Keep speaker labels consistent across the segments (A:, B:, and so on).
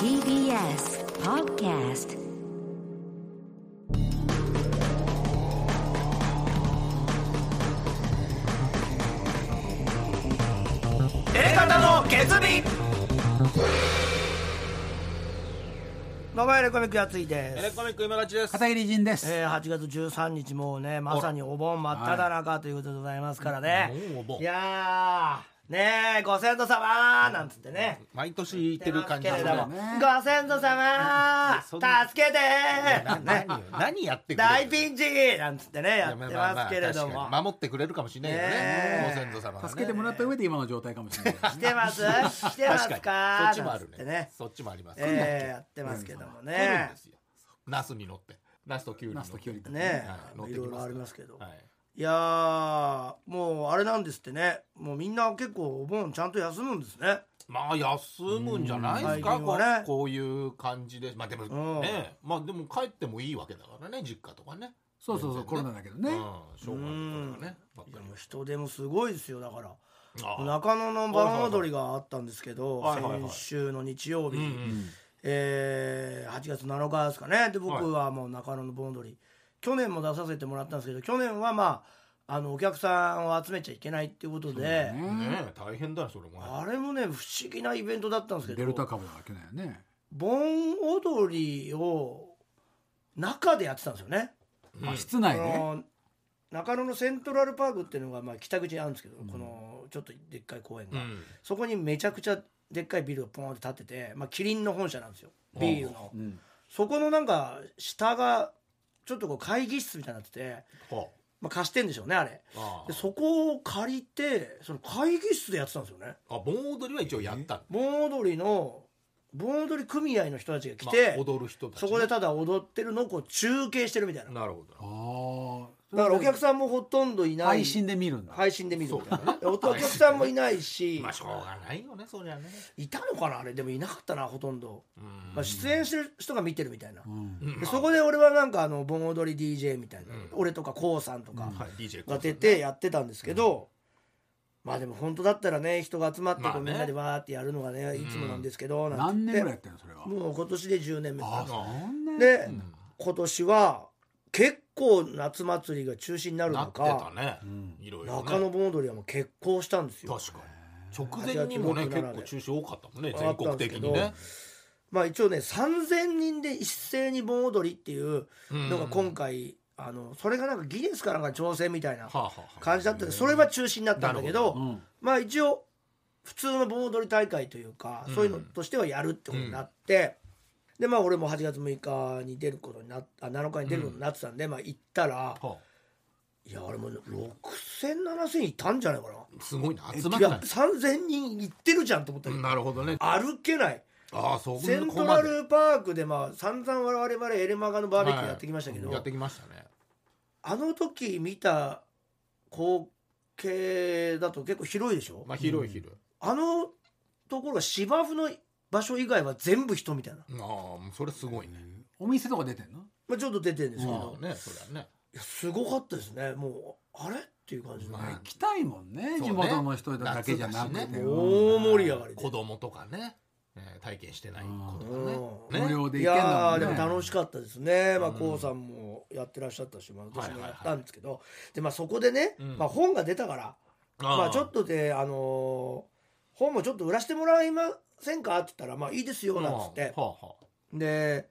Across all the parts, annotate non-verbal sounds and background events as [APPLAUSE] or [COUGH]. A: TBS Podcast
B: エ方の決意どうもエレコミックやついで
C: エレ
B: す、
C: コミック今立ちです。
D: 片桐仁です。
B: えー、8月13日もうねまさにお盆真っ只中ということでございますからね、
C: もうお盆
B: いやーねえご先祖様ーなんつってね
C: 毎年言ってる感じ
B: 言ってますけれども
D: そう
B: ご先祖様
C: そんな
B: ー助けて
C: な
B: ー、ね
C: 何よ何やってくれ
B: 大
C: る
B: ピンチなんつってねやってますけれど
C: いやまあま
B: も
C: あ確かに守ってくれるかもしれないよ
B: ね
C: ね。
B: え
C: ご先祖様がね
D: 助けてもらった上で今の状態かもしれないです
B: [LAUGHS] 来
D: ね。
B: てます来てます
C: [LAUGHS]
B: か
C: 確かにそっちもあ
B: なんつ
C: る
B: って
C: ね
B: ね
C: そっちもあります。
B: えー、やってますけども
C: 来るん
B: ね
C: ですよ。ナスに乗って、ナスとキュウリに乗
D: ナ
C: っ
D: ス
C: て
D: とキュウリと
B: ね
C: はい乗っ
B: い
C: てき
B: ろい
C: ますか
B: ろ
C: ら
B: ありますけど、
C: はい
B: い、やーもうあれなんですってねもうみんな結構お盆ちゃんと休むんですね
C: まあ休むんじゃないです
B: う
C: か
B: ん
C: こ
B: 最
C: う
B: 近はね
C: こういう感じでまあで
B: うん
C: もねまあでも帰ってもいいわけだからね実家とかね
D: そうそうそう、
C: 全然ね
D: コロナだけど
C: うん
D: ね。
C: 商売とかねばっ
B: い
C: か
B: や
C: り
B: もう人出もすごいですよだから
C: あ
B: 中野の盆踊りがあったんですけど、
C: はいはいはい
B: 先週の日曜
C: う
B: 日、
C: んうん
B: えー8月7日ですかねで僕はもう中野の盆踊り、去年も出させてもらったんですけど去年はまああのお客さんを集めちゃいけないっていうことで、
C: ねえ大変だねそれもね
B: あれもね不思議なイベントだったんですけど
D: デルタ株だわけだよね。
B: 盆踊りを中でやってたんですよね。
C: うん
D: あ、室内
B: あ
D: ね。
B: の中野のセントラルパークっていうのがまあ北口にあるんですけど、このちょっとでっかい公園
C: う
B: が、
C: ん
B: そこにめちゃくちゃでっかいビルがポーンって建ってて、まあ、キリンの本社なんですよビールの、
D: うん
B: そこのなんか下がちょっとこう会議室みたいになってて、
C: は
B: まあ、貸してんでしょうねあれ
C: あ
B: でそこを借りてその会議室でやってたんですよね
C: あ盆踊りは一応やったの
B: 盆踊りの盆踊り組合の人たちが来
C: まあ
B: て、
C: 踊る人たち
B: そこでただ踊ってるのをこう中継してるみたいな
C: なるほど
D: ああ。
B: だからお客さんもほとんどいない
D: 配信で見るんだ。
B: 配信で見るみたいな、
C: そうだね
B: お客さんもいないし
C: まあしょうがないよねそりゃね
B: いたのかなあれでもいなかったなほとんど、
C: うん
B: まあ、出演してる人が見てるみたいな、
D: うん。
B: でそこで俺はなんかあの盆踊り DJ みたいな、
C: うん
B: 俺とか KOO さんとか
C: はい DJ
B: が出てやってたんですけど、まあでも本当だったらね人が集まってこう
C: まあね
B: みんなでわーってやるのがねいつもなんですけど、なんて言
D: 何
B: っ
D: 年
B: て
D: ぐらいやってんのそれは。
B: もう今年で10年目
D: あ
B: か
D: あ、そんな。
B: なで、
C: ん
B: 今年は結構夏祭りが中止になる
C: な
B: の
C: って
B: か
C: たね
D: ん
C: いろいろね
B: 中野盆踊りはもう決行したんですよ
C: 確かに直前にもね
B: 8月6
C: 結構中止多かったもんね
B: あ
C: 全国的に
B: あったん
C: ね
B: まあ一応ね3,000人で一斉に盆踊りっていうのが今回、あのそれがなんかギネスかなんか調整みたいな
C: はあはあはあ
B: 感じだったんでそれは中止になったんだけど
D: うん。
B: まあ一応普通の盆踊り大会というか、そういうのとしてはやるってことになって、でまあ俺も8月6日に出ることになっあ7日に出ることになってたんで、まあ行ったら
C: はい
B: やあれも6,0007,000いたんじゃないかな。
C: あすごいな集まっ
B: い
C: て
B: や
C: ない
B: 3,000人行ってるじゃんと思ったけど、
C: なるほどね
B: 歩けない。
C: ああそこ
B: セントラルパークでまあ散々我々エレマガのバーベキューやってきましたけど、
C: やってきましたね
B: あの時見た光景だと結構広いでしょ、
C: まあ広い広い
B: あのところが芝生の場所以外は全部人みたいな、
C: ああもうそれすごいね
D: お店とか出てんの。
B: まあ、ちょっと出てるんですけ
C: ま
B: ど、
C: あねそりゃね
B: いやすごかったですねもうあれっていう感じの、
C: まあ
D: 行きたいもんね。
C: そうね
D: 地元の人だけじゃな
C: 夏
D: く
C: だ
D: て。
C: しね
D: うん
B: 大盛り上がりで
C: 子供とかねえー体験してない子
B: うん
C: とかね
D: 無
C: ね
D: 料で
B: い
D: 行けん
B: やーで
D: だも
B: も
D: んね。
B: 楽しかったですね、まあ、
C: うん
B: k o さんもやってらっしゃったし、まあ、私も
C: はいはいはい
B: やったんですけど、でまあ、そこでね、
C: うん
B: まあ、本が出たから、まあちょっとで、あのー本もちょっと売らせてもらえませんかって言ったら、まあいいですよ、なんつって
C: は。あはあ
B: で、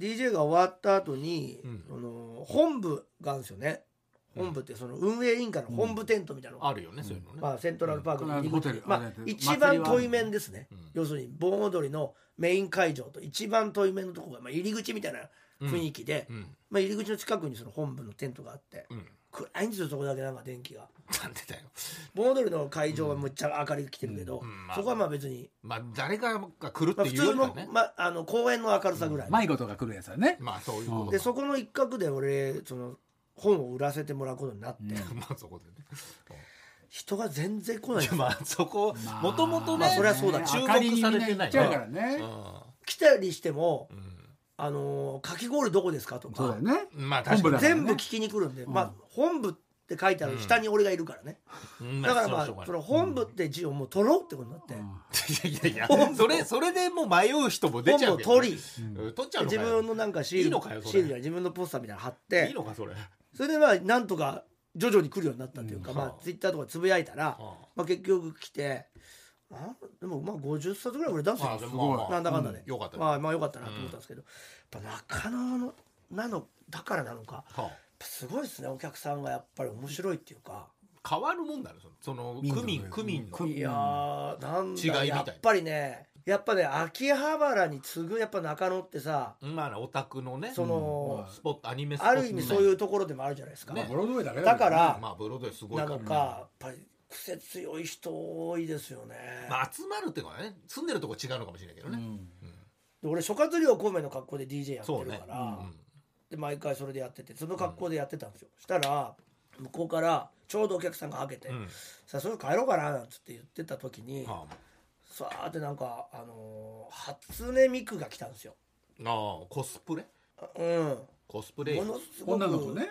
B: DJ が終わった後に、
C: うん
B: その本部があるんですよね。
C: うん
B: 本部ってその運営委員会の本部テントみたいなのが、
C: あるよねそういうのね、
B: まあセントラルパークの入り口、
D: うんこの
B: ま
D: 間
B: あ
D: ホテルあれ
B: 一番遠い面ですね。
C: うん
B: 要するに盆踊りのメイン会場と一番遠い面のところが、まあ、入り口みたいな雰囲気で、
C: うん
B: まあ入り口の近くにその本部のテントがあって、
C: うん [LAUGHS]
B: 暗いんですよ、そこだけなんか電気が。
C: なんでだよ
B: 盆踊りの会場はむっちゃ明かりが来てるけど、
C: うんうんまあ
B: そこはまあ別に、
C: まあ誰かが来る
B: ま
C: っ
B: あ、
C: て
B: 普
C: い
B: 通
C: うよりは
B: の,、
C: ねま
B: まあ、あの公園の明るさぐらい、
D: 迷子とか来るやつだね。
C: あそういうことか
B: でそこの一角で俺その本を売らせてもらうことになって、
C: [LAUGHS] まあそこでね
B: 人が全然来ないんです
C: いや
B: よ
C: まあそこもともと
B: まあ
C: ね
B: そりゃそうだ
C: 注目されてない
D: ちゃうからね。
B: 来たりしても
C: う、
B: あのーかき氷どこですか?」と
D: そうだ
B: か、
D: よね。
C: んまあ確か
D: 本部
C: に
D: だ
B: 全部聞きに来るんで、まあ、本部っって書いてある下に俺がいるからね、
C: うん
B: だからまあ
C: そうしょうがない
B: その本部って字をもう取ろうってことになって、
C: いやいやいやそれそれでもう迷う人も出ちゃうけど
B: 本も取り
C: うん取っちゃうの
B: 自
C: かよ
B: 分のなんかシール
C: いいのかよそれ
B: シールや自分のポスターみたいなの貼って
C: いいのかそれ
B: それでまあなんとか徐々に来るようになったというか、
C: うん
B: まあ
C: はあ
B: ツイッターとかつぶやいたら、
C: あ
B: まあ、結局来てあでもまあ50冊ぐらい俺出すよ
C: あでもまあまあ
B: なんだかんだで、
C: うんよかった
B: まあまあよかったなと思ったんですけど、やっぱ中野のなのだからなのかやっ
C: はあ
B: ぱすごいですねお客さんがやっぱり面白いっていうか
C: 変わるもんだねそのその
D: 民
C: 区
D: 族の
C: 民区民の
D: 区
B: いやーなんだろう
C: 違いみたいな
B: やっぱりねやっぱね秋葉原に次ぐやっぱ中野ってさ
C: まあねオタクのね
B: その、
C: スポットアニメスポット
B: ある意味そういうところでもあるじゃないですか、
D: まあブロードウェイだけ
B: だから
C: まあブロードウェイすごい
B: な
C: から
B: のかやっぱり癖強い人多いですよね、
C: まあ集まるっていうのはね住んでるとこ違うのかもしれないけど
D: う
C: ね、
D: ん
B: で俺諸葛亮孔明の格好で DJ やって
C: そう
B: る
C: ね
B: か
C: う
B: ら、
C: ん
B: で毎回それでやっててその格好でやってたんですよ、したら向こうからちょうどお客さんがはけて、
C: うん
B: さあそれ帰ろうかななんつって言ってた時に
C: ああ
B: さあってなんか、あのー初音ミクが来たんですよ。
C: ああコスプレ
B: うん、
C: コスプレ
B: も
C: イヤー
B: のすごく
D: 女の子ね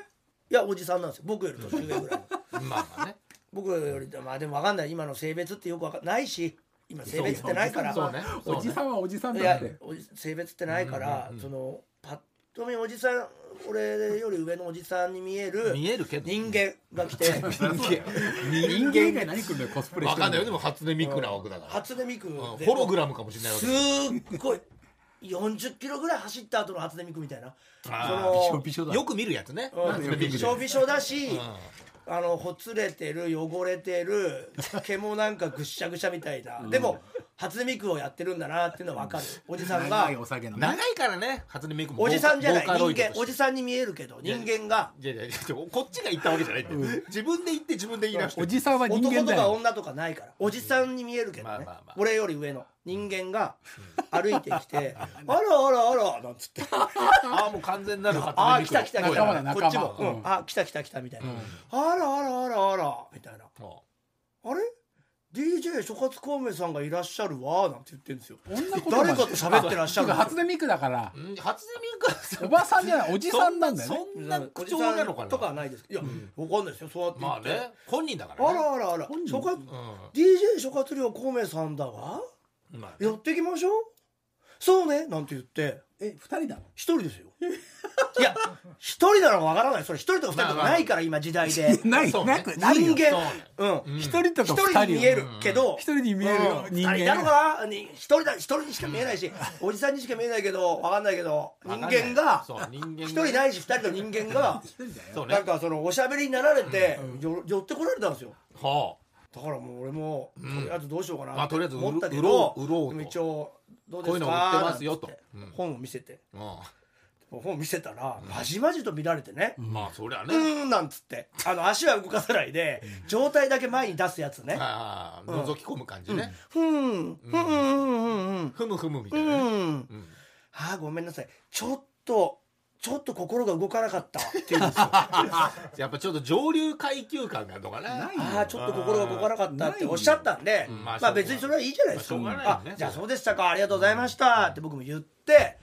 B: いやおじさんなんですよ僕より年上ぐらいの
C: まあまあね
B: 僕よりまあでも分かんない今の性別ってよくわかんないし今性別ってないから
C: そうねそうね
D: おじさんはおじさん
B: い
D: だっ
B: や
D: て
B: おじ性別ってないから、
C: うんうんうん
B: そのパッと見おじさん俺より上のおじさんに見える
C: 見えるけど
B: 人間が来
C: [LAUGHS]
B: て
D: 人間以外何来るのよコスプレ
C: わ
D: して
C: かんないよ
D: る
C: でも初音ミクな枠だから、
B: 初音ミクで
C: うんホログラムかもしれないわけ
B: すっごい40キロぐらい走った後の初音ミクみたいな
C: あ
D: びし
B: そ
D: ょ
B: の
D: びしょだ
C: よく見るやつね
B: うん
C: 初音ミク
B: び
C: で
B: しょびしょだし、
C: う
B: あのほつれてる汚れてる毛もなんかぐっしゃぐしゃみたいな、でも初音ミクをやってるんだなっていうのは分かるおじさんが
D: 長いお酒の
C: ん
D: ね
C: 長いからね初音ミクも
B: おじさんじゃない
C: ボーカ
B: 人
C: ロイド
B: 間
C: として
B: おじさんに見えるけど人間が
C: いやいやいやこっちが言ったわけじゃないんだよ自分で言って自分で言い直して
D: おじさんは人
B: 男
D: 間
B: と
D: だ
B: か
D: よ
B: 女とかないからおじさんに見えるけどね、
C: まあまあまあ
B: 俺より上の人間が歩いてき
C: [LAUGHS]
B: て「あらあらあら」なんつって
C: ああもう完全なる初
B: あ
C: 音
B: あ
C: ミ
B: 来
C: ク
B: た来た来
D: 仲間
B: た
D: だ仲
B: こ
D: 間
B: っちも、うん
D: うん
B: あ来た来た来たみたいな、あらあらあらあらみたいな
C: うん
B: あれ DJ 諸葛孔明さんがいらっしゃるわなんて言ってるんですよ
D: 女子
B: 誰かと喋ってらっしゃるんですよ
D: 初音ミクだから
C: うん初音ミクはさ
D: おばさんじゃないおじさんなんだよね
C: そんな口調なのか
B: おじさん
C: な
B: とかはないですけどいや、わかんないですよそうやって言
C: まあ
B: って、
C: ね本人だか
B: あ
C: らね
B: らあらあら諸葛
C: う
B: DJ 諸葛亮孔明さんだわ
C: んまあ
B: 寄ってきましょうそうねなんて言って
D: え二人だの
B: 一人ですよ [LAUGHS] いや一人なのかわからないそれ一人とか二人とかないから今時代
C: [LAUGHS]
B: で
D: ない
C: そうね
D: なく
B: 人
D: ないよ
B: 間
C: そうね
B: うん
D: 一人と
B: 一
D: か
B: 人
D: 二
B: に
D: 人
B: 見えるけど
D: 一人に見えるよ
B: うん
D: 人
B: あ
D: 間
B: いたのかなに一人だ一人にしか見えないしおじさんにしか見えないけどわかんないけど人間が
C: そう人間が
B: 一人ないし二人の人間が
C: そうね
B: なんかそのおしゃべりになられてよ寄ってこられたんですよ
C: は
B: だからもう俺もとりあえずどうしようか
C: ま
B: な
C: あとりあえず
B: 思ったけ
C: 売ろ
B: ど
C: う売ろうと
B: でも一応どう
C: こ
B: で
C: うい
B: す
C: う
B: か
C: の売ってますよと
B: なんつって
C: うん
B: 本を見せて
C: あうん
B: 本を見せたらまじまじと見られてね
C: まあそりゃ
B: う
C: ね、
B: ーんなんつってあの足は動かさないで状態だけ前に出すやつね
C: ああ覗き込む感じね、
B: ふーんふーんふーん
C: ふむふむ
B: ふ
C: みたいなね、
B: ーん
C: うん
B: あーごめんなさいちょっとちょっと心が動かなかったって
C: [LAUGHS]
B: 言うんですよ
C: やっぱちょっと上流階級感があるのかな
D: ないよ
B: ああちょっと心が動かなかったっておっしゃったんで、
C: うん
B: ま
C: ま
B: あ、
C: あ
B: 別にそれはいいじゃないですか、
C: まあしょうがないよね
B: あじゃあそうでしたかありがとうございましたって僕も言って、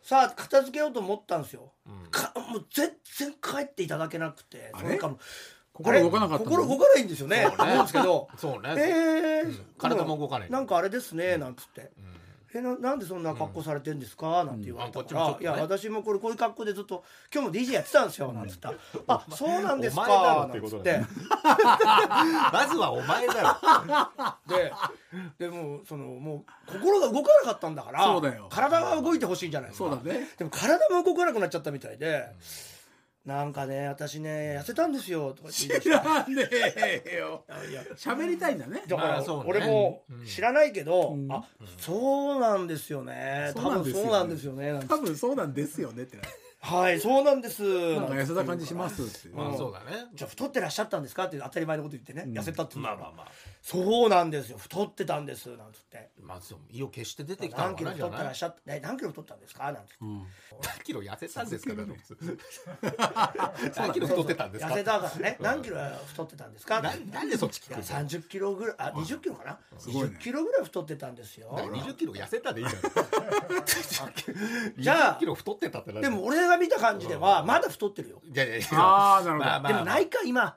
B: さあ片付けようと思ったんですよ、かもう全然帰っていただけなくて
D: あれ
B: そかもあれ
D: 心動かなかったの
B: 心動かないんですよね
C: そうね
B: 思うんですけ
C: [LAUGHS]
B: ど
C: そうね、
B: えー
C: 体も動かない
B: なんかあれですねなんつって
C: うん
B: えななんでそんな格好されてんですか?」なんて言われたから「
C: うんあこっ
B: い
C: ちも
B: や
C: ちょっと
B: 私もこれこういう格好でずっと今日も DJ やってたんですよ」なんつったら「あそうなんですか
C: お前だ」ろ
B: な
C: って
B: ん
C: こ
B: つっ
C: と
B: て
C: だまずはお前だろ
B: ででもうそのもう心が動かなかったんだから
D: そうだよ
B: 体が動いてほしいんじゃないですか
D: そうだね
B: でも体も動かなくなっちゃったみたいで「なんかね私ね痩せたんですよ」とか言って言い出
D: 知
B: して
D: らねえよ
B: いや
D: 喋りたいんだね
B: だか
C: ま
B: ら
C: あそうね
B: 俺も知らないけど
D: う
B: 「
D: ん
B: あそうなんですよね多分そうなんですよね」なんつって
D: 多分そうなんですよねってな
B: はいそうなんです」な
D: な
B: ん
D: か痩せた感じしますって
C: まあそうだね
B: じゃあ太ってらっしゃったんですかって当たり前のこと言ってね、
D: ん
B: 痩せたって言う
C: ま
B: か
C: あ
B: ら、
C: まあまあ
B: そうなんですよ太ってたんですなんつって
C: まあそう意を決して出てきた
B: 何
C: の
B: キ
C: か
B: ロ
C: なじ
B: 太
C: ゃ
B: ったら
C: な
B: っ
C: い
B: しゃっえ何キロ太ったんですかなんつって
C: 何キロ痩せたんですかだって何キロ [LAUGHS] 太ってたんですか
B: 痩せたからね何キロ太ってたんですかって
C: ななんでそっち
B: い
C: 聞
B: や
C: くの
B: 30キロぐらいあ20キロかな、
D: ごい
B: 20
D: ね
B: キロぐらい太ってたんですよ
C: 20キロ痩せたでいいじ
B: じ
C: ゃん
B: ゃ
C: 20
B: あ
C: キロ太ってたってな
B: でも俺が見た感じではまだ太ってるよ
C: いやいやいや
D: あーなるほど
C: まあまあ
B: でもないか今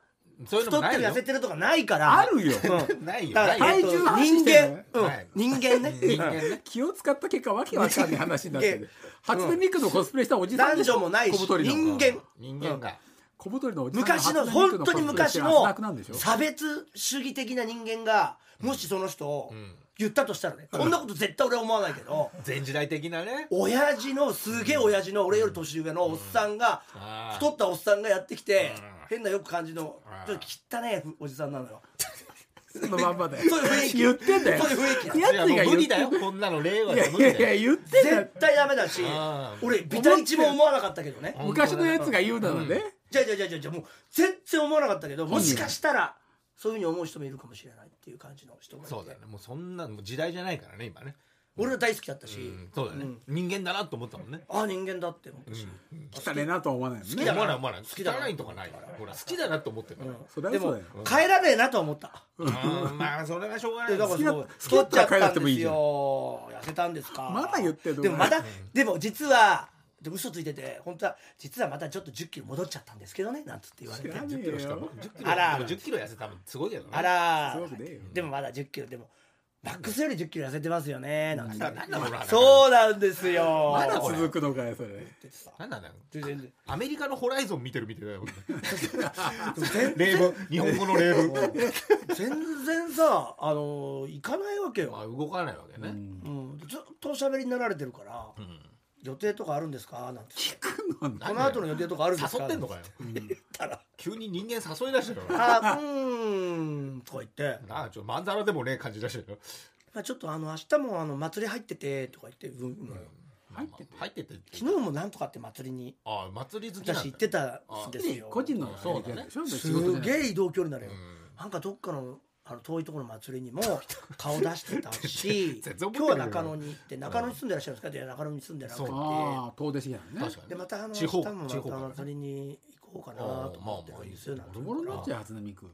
C: そういう
B: 太
C: のも
B: って
C: ない
B: る
C: の
B: 痩せてるとかないから
D: あるよ
B: うん
C: ないよ
B: だから
C: ない
D: よ
B: えっと
D: 体重
B: 人
D: 話してん
B: 間
D: のね
B: うん
C: はい
B: 人間ね
C: 人間ね
D: 気を使った結果わけわかんない話になって
B: いや
D: る初音ミクのコスプレしたおじさん
B: 男
D: でしょ
B: 女もないし
D: 小太りの
B: 人間
C: 人間が
D: 小太りのおじさんが
B: 昔の
D: 初音ミク
B: 本当に
D: コスプレし
B: 昔
D: て
B: の
D: 悪なんでしょ
B: 差別主義的な人間がもしその人を
C: ん
B: 言ったとしたらねこんなこと絶対俺は思わないけど
C: 前時代的なね
B: 親父のすげえ親父の俺より年上のおっさんが
C: あー
B: 太ったおっさんがやってきて
C: うん
B: 変なよく感じの
C: あー
B: ちょっと汚ねえおじさんなのよ
D: そのまんまだよ
B: [LAUGHS] そういう雰囲気
D: 言ってんだよ
B: そういう雰囲気
D: やつ
C: いや
D: が
C: もう無理だよこんなの令和
D: い
C: じ
D: や
C: ゃ無
D: い
C: 理だ
D: や
C: よ
D: いや言ってんだよ
B: 絶対ダメだし
C: あー
B: 俺ビタ一も思わなかったけどね
D: 昔のやつが言うならね、
B: じゃあじゃあじゃあじゃあじゃあもう全然思わなかったけどもしかしたらそういうふうに思う人もいるかもしれないっていう感じの人もいて
C: そうだねもうそんなもう時代じゃないからね今ね
B: 俺は大好きだった
C: う
B: し、
C: んそうだね
B: うん
C: 人間だなと思ったもんね
B: ああ人間だって思ったし、
D: 汚ねえなとは思わないもん
B: 好き
D: ね
B: だ
C: 思わない思わない
B: 好きだな
C: 汚いとかないからほら好きだなと思ってるから
D: そりゃ
B: で
D: そう
B: も
D: だよ
B: 帰らねえなとは思った、
C: うんまあそれはしょうがな
B: で
C: い
B: だから
D: きだ
B: その
D: 好きだ
B: 太っ
D: っ
B: ちゃ
D: た
B: っ
D: ら帰
B: た
D: らなんくても
B: で
D: いい
B: す
D: じゃん
B: よ痩せたんですか
D: まだ言ってんの
B: でもまだでも実はでも嘘ついてて本当は実はまたちょっと1 0キロ戻っちゃったんですけどねなんつって言われて
D: 知らね
C: 10キロしかも10キロ
B: あら
C: でも10キロ痩せたらすごいけどね
B: あら
D: すごくねえよ
B: でもまだ1 0キロでもマックスより1 0キロ痩せてますよねなんつって
C: なんだこの話
B: そうなんですよ
D: まだ
C: これ
D: 続くのかよそれ
C: なんなんだよ
B: 全然
C: アメリカのホライゾン見てるみたいだよ
B: 全
C: 例文 [LAUGHS] 日本語の例文
B: 全然さあの行かないわけ
C: ま
B: よ、
C: あ動かないわけね
B: うん、ずっとおしゃべりになられてるから、予定とかあるんですかなんて
D: 聞くのな
B: この後の予定とかあるんですか
C: 誘ってんのかよ
B: なんて言ったら
C: 急に人間誘い出したよ
B: 「あうーん」とか言って
C: なあちょまんざらでもねえ感じ出してるよ
B: 「まあ、ちょっとあの明日もあの祭り入ってて」とか言って「うんうん
C: 入ってて入ってて
B: 昨日もなんとかって祭りに
C: ああ祭り好きなんだ
B: 私行ってたんですよ」
D: 個人の
C: そうだね
D: やつでしょ仕事じ
B: す
D: ゃない
B: げえ移動距離なのよ、
C: ん
B: なんかどっかのあの遠いところの祭り
C: [LAUGHS]
B: にも顔出してたし
C: 全然
B: 今
C: 覚えて
B: 日
C: ない
B: は中野に行って中野に住んでらっしゃるんですかっていや中野に住んでなくて
C: そう
D: ああ遠出してきたのね
C: 確かに
B: でまたあの
C: 地方
B: 明日もま
C: 地方か
B: た
C: らね
B: 祭りに行こうかなと思ってるんですよなんて
D: ボロボロになっちゃう初音ミク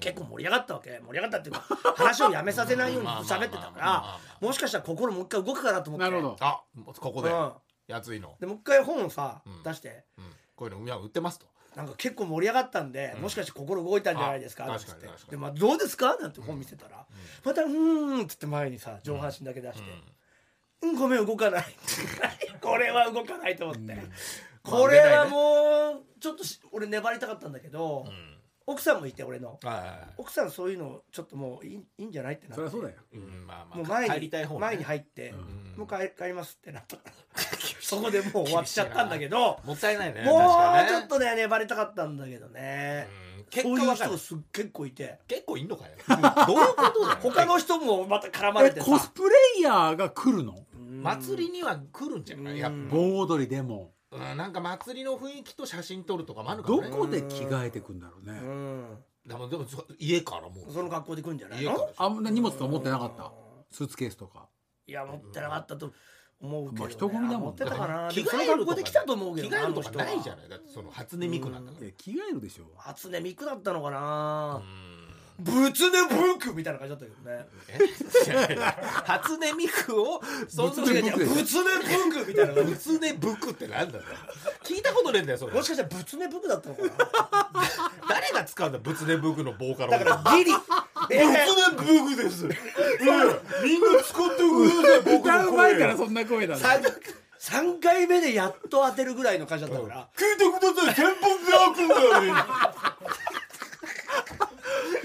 B: 結構盛り上がったわけ盛り上がったっていうか話をやめさせないように
C: まあまあま
B: 喋
C: あ
B: ってたか
C: まあま
B: ら
C: あまあ
B: もしかしたら心もう一回動くかなと思って
D: なるほど
C: あここで
B: うん
C: やついの
B: でもう一回本をさ
C: ん
B: 出して
C: うんこういうの海は売ってますと
B: なんか結構盛り上がったんで、もしかして心動いたんじゃないですか
C: あ
B: なんつって
C: 確かに確かに
B: で、まあ、どうですかなんて本見せたら、また「うーん」っつって前にさ上半身だけ出して「うん、ごめん動かない」 [LAUGHS] これは動かないと思って、 [LAUGHS] これはもうちょっとし俺粘りたかったんだけど、
C: うん
B: 奥さんもいて俺の
C: はいはいはい
B: 奥さんそういうのちょっともういいいいんじゃないってなっ
D: そ
B: て
D: りゃそうだよ
C: うんまあまあ
B: もう前
C: 帰
B: に
C: りたい方ね
B: 前に入って、もう帰帰りますってなった
C: [LAUGHS]
B: からそこでもう終わっちゃったんだけど
C: もったいないね
B: もう
C: 確かに
B: ち
C: ね
B: ょっとね粘りたかったんだけどね、
C: うん
B: そ
C: 結
B: う
C: 果
B: いう
C: わか
B: 人
C: る
B: がす結構いて
C: 結構いんのかよ [LAUGHS] どういうことだよ
B: 他の人もまた絡ま
D: え
B: れて
D: コス
B: さ
D: プレイヤーが来るの
C: 祭りには来るんじゃないやっぱ
D: 盆踊りでも
C: うんなんか祭りの雰囲気と写真撮るとかもあるのか
D: ど
C: もね
D: こで着替えてくんだろう
B: う
D: ね
B: ん
C: でもでもそ家からもう
B: その格好で来るんじゃない
C: 家から
B: の
C: でしょ
D: あんな荷物と思ってなかったスーツケースとか
B: いや持ってなかったと思うけど、ね
D: まあ人混みだもん
B: 持ってたかな
C: 着
B: でもその
C: 替え
B: 格
C: る
B: 好
C: と
B: で
C: か
B: 来たと思うけど
C: 着替えるとか
B: あの人は
C: ないじゃないだってその初音ミクなんだか
D: い
C: ら
D: や着替えるでしょ
B: 初音ミクだったのかな
C: うん
B: 仏音ブークみたいな感じだったけどね
C: え [LAUGHS] いやいや初音ミクをそんな
D: 仏音ブック
B: 仏音ブークみたいな感じ
C: 初音ブックってなんだよ聞いたことねえんだよそれ
B: もしかしたら仏音ブークだったのかな
C: 誰が使うんだ仏音ブックのボーカル
B: だからギリえ
C: 仏音ブックですいやみんな使ってください僕
D: 歌
C: の
D: う前
C: 声
D: からそんな声なんだ
B: 三三回目でやっと当てるぐらいの感じだったから
C: 聞いてください先発が開くんだよ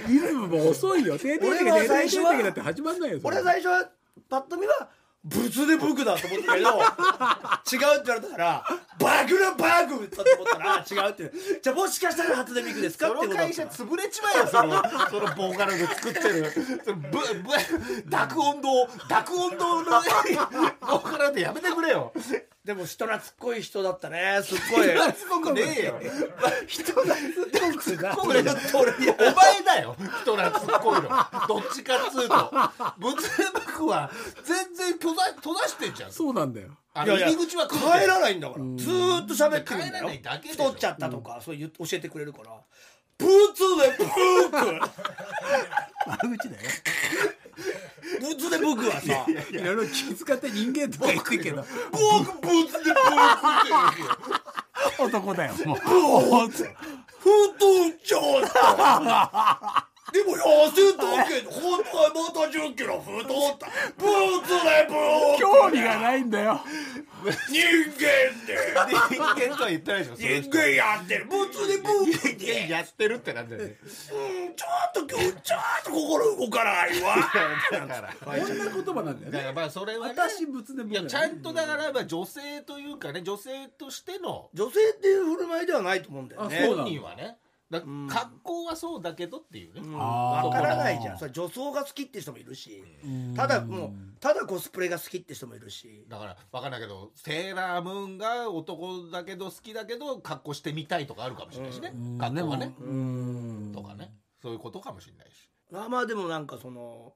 D: リズムも遅いよ停停
B: 俺
D: 停
B: は
D: 停
B: 最
D: 停
B: 初
D: 停
B: は
D: だって始まんないよそれ
B: 俺最初はパッと見は仏でブクだと思ったけど [LAUGHS] 違うって言われたからバグなバグだと思ったら違うってじゃあもしかしたら初音ミクですかって
C: そ
B: こと
C: の
B: だっ
C: 会
B: た
C: 社
B: の
C: 潰れちまえよその [LAUGHS] そのボーカルで作ってるそのブブ濁音堂濁音堂のボーカルでやめてくれ [LAUGHS] よ
B: でも人懐っこい人だったねすっごい
C: すごくねえ [LAUGHS] よ
B: 人懐っこくな
C: こ
B: こ
C: れ
B: れ
C: だ
B: だ
C: っ
B: ってて俺に
C: お前だよ人らすっこいのどっちかっつうと物理僕は全然閉ざ閉ざしてんじゃん
D: そうなんだよ
C: あ
B: いや
C: の
B: いや
C: 入り口は来るけど
B: 帰らないんだからずーっと喋ってるんだ
C: 帰ら
B: よ
C: ないだけでしょ
B: 太っちゃったとかそういう教えてくれるからブーツでブーク
C: [LAUGHS]
D: 悪口だよ
B: ブーツでブークはさ
D: いろいろ気遣って人間とか言ってるけど
C: 僕ブーツでブーツって言うよ
D: 男だよも
B: 太っ
D: う
B: ちゃった。でも痩せたけど、本当はまた10キロ太った。ブーツでブーツ
D: 興味がないんだよ
B: 人間で。
C: 人間とは言ってないでしょその
B: 人
C: 人
B: 間やってる。ブーツでブーツ
C: 人間
B: で。
C: やってるってなんだよね
B: うん、ちょっと今日、ちょっと心動かないわ。
C: だから
D: こんな言葉なんだよ
C: だ
D: ね
C: からまあそれはね
D: 私仏でも
C: いやちゃんとだからまあ女性というかね女性としての
B: 女性っていう振る舞いではないと思うんだよ
D: あそ
B: ね。
C: 本
D: うなんだ
C: 人はねだ
B: ん
C: 格好はそうだけどっていうね、
B: うん
D: あー
B: わからないじゃん。それ女装が好きって人もいるし、ただもう、ただコスプレが好きって人もいるし。
C: だからわかんないけどセーラームーンが男だけど好きだけど格好してみたいとかあるかもしれないしね、
D: うん
C: 格好は
D: で
C: ね
D: も、うん
C: とかねそういうことかもしれないし
B: まあまあでもなんかその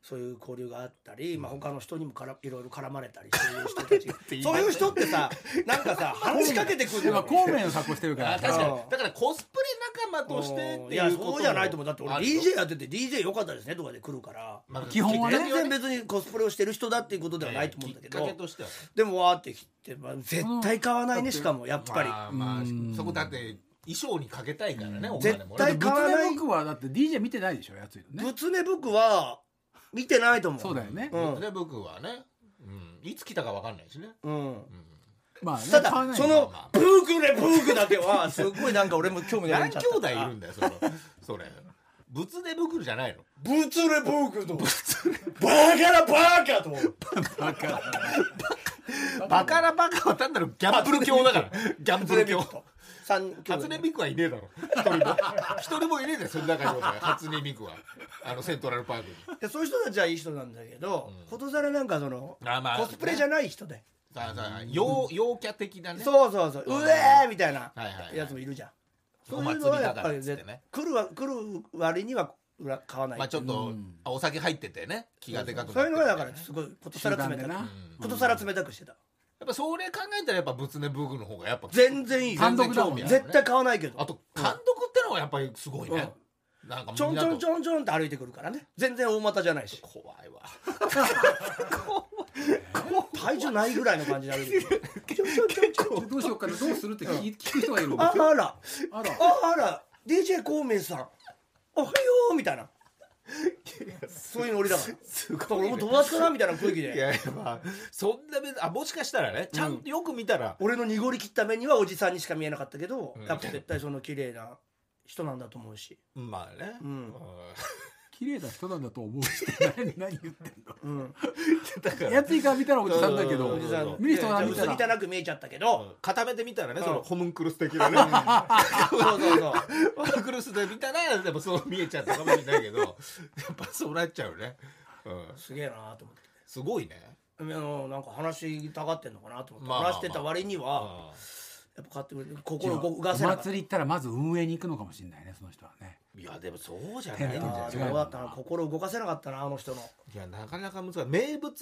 B: そういう交流があったり、まあ他の人にもからいろいろ絡まれたり
C: [LAUGHS]
B: そういう人たちが
C: て言い
B: そ
C: ま
B: う
C: す
B: いう人ってさなんかさ話しかけてく
C: [LAUGHS]
B: る
D: やっぱ
B: の
D: 孔明の格好してるか
C: あ
D: ら
C: 確か
B: うん
C: にだからコスプレ仲間としてって
B: い
C: い
B: や
C: うことも
B: そうじゃないと思うだって俺
C: あるよ
B: DJ やってて DJ 良かったですねとかで来るから
C: まあ
D: 基本はね
B: 全然別にコスプレをしてる人だっていうことではないと思うんだけ
C: きっか
B: ど
C: けとしてはね
B: でもわーって来て、まあ、絶対買わないねしかもやっぱり
C: まあまあ
D: うん
C: そこだって衣装にかけたいからね、お金
B: 絶
C: もね
B: 対買
D: 仏
B: わない
D: で僕はだって DJ 見てないでしょやついのね
B: 仏ね僕は見てないと思う
D: そうだよね
B: うん
C: ね僕はね、うん、いつ来たかわかんないしね、
B: うん
D: まあね
B: た
D: 買わな
B: だ
D: い
B: そのブークレブークだけ [LAUGHS] はすごいなんか俺も興味が出
C: 何
B: ち
C: 兄
B: ゃった
C: 弟いるんだよそのそ
B: [LAUGHS]
C: れ仏で僕じゃないの
B: ブツレブークとバカなバカと
D: バカ
C: バカラバカは単なるギャンブル教だからギャンブル教
B: 三兄
C: 初
B: 弟
C: 音ミクはいねえだろ一人 [LAUGHS] も一人もいねえんだよその中に俺初音ミクはあのセントラルパークに
B: でそういう人たちはいい人なんだけど、ことさらなんかその
C: あまあ
B: コスプレじゃない人で、
C: さあさあ陽陽キャ的なね
B: そうそうそう、うえーみたいな
C: はいはいはい
B: やつもいるじゃん、
C: お
B: そうい
C: 祭
B: う
C: り
B: のはや
C: だ
B: っ
C: か
B: ぱ
C: らっ
B: り
C: つっ
B: 絶
C: てね
B: 来るわ来る割には裏買わない、
C: まあちょっと、
D: うん
C: あお酒入っててね気がでかくなって
B: そういうのはだから
C: ね
B: すごいことさら冷た
D: 集団
B: く
D: でなうん
B: ことさら冷たくしてた
C: やっぱそれ考えたらやっぱ仏音ブーグの方がやっぱ
B: 全然いいよ
D: 単独だもん
C: 全然興味あるね
B: 絶対買わないけど
C: あと単独ってのはやっぱりすごいね、なんかみんなと
B: ちょんちょんちょんちょんって歩いてくるからね全然大股じゃないし
C: 怖いわ
B: 体重ないぐらいの感じで歩いてくるちょんちょんちょんちょん
D: でどうしようかなどうするって聞聞く人がいるんで
B: あ
D: すよ
B: あら
D: あら
B: ああら DJ 孔明さんおはようみたいなそういうノリだから
C: すごい、
B: 俺も友達かなみたいな空気
C: [LAUGHS] いや
B: で
C: いやまあそんな別あもしかしたらねちゃんとよく見たら、
B: 俺の濁り切った目にはおじさんにしか見えなかったけど、
C: うん
B: やっぱ絶対その綺麗な人なんだと思うし、
C: まあね、
B: うん
D: 綺麗な人なんだと思うし
B: [LAUGHS]
D: 何何言ってんの
B: うん、
C: [LAUGHS] だか
D: や
C: ら
D: ついから見たらおじさんだけど
C: う
B: おじさん
D: 見る人が見
B: 薄
D: たら
B: 汚く見えちゃったけど、
C: 固めてみたらね、
B: うん
C: そのホムンクルス的
B: [LAUGHS]
C: なね、
B: そうそうそう
C: ホムンクルスで見たらでもそう見えちゃったかもしれないけどや [LAUGHS] っぱそうなっちゃうね、うん、
B: すげえなと思って
C: すごいね、
B: あのなんか話したがってんのかなと思って、
C: まあまあまあ
B: 話してた割には、
C: あ
B: やっぱ買ってくれて
D: 違
B: 心
D: う
B: 動
D: お
B: かせなかった
D: 祭り行ったらまず運営に行くのかもしれないねその人は
B: [LAUGHS]
D: ね
C: あいやでもそうじゃないんじ
B: い
C: ゃ
B: やー
C: ない
B: で
D: 違う
B: もよかったな心動かせなかったなあの人の
C: いやなかなか難しい名物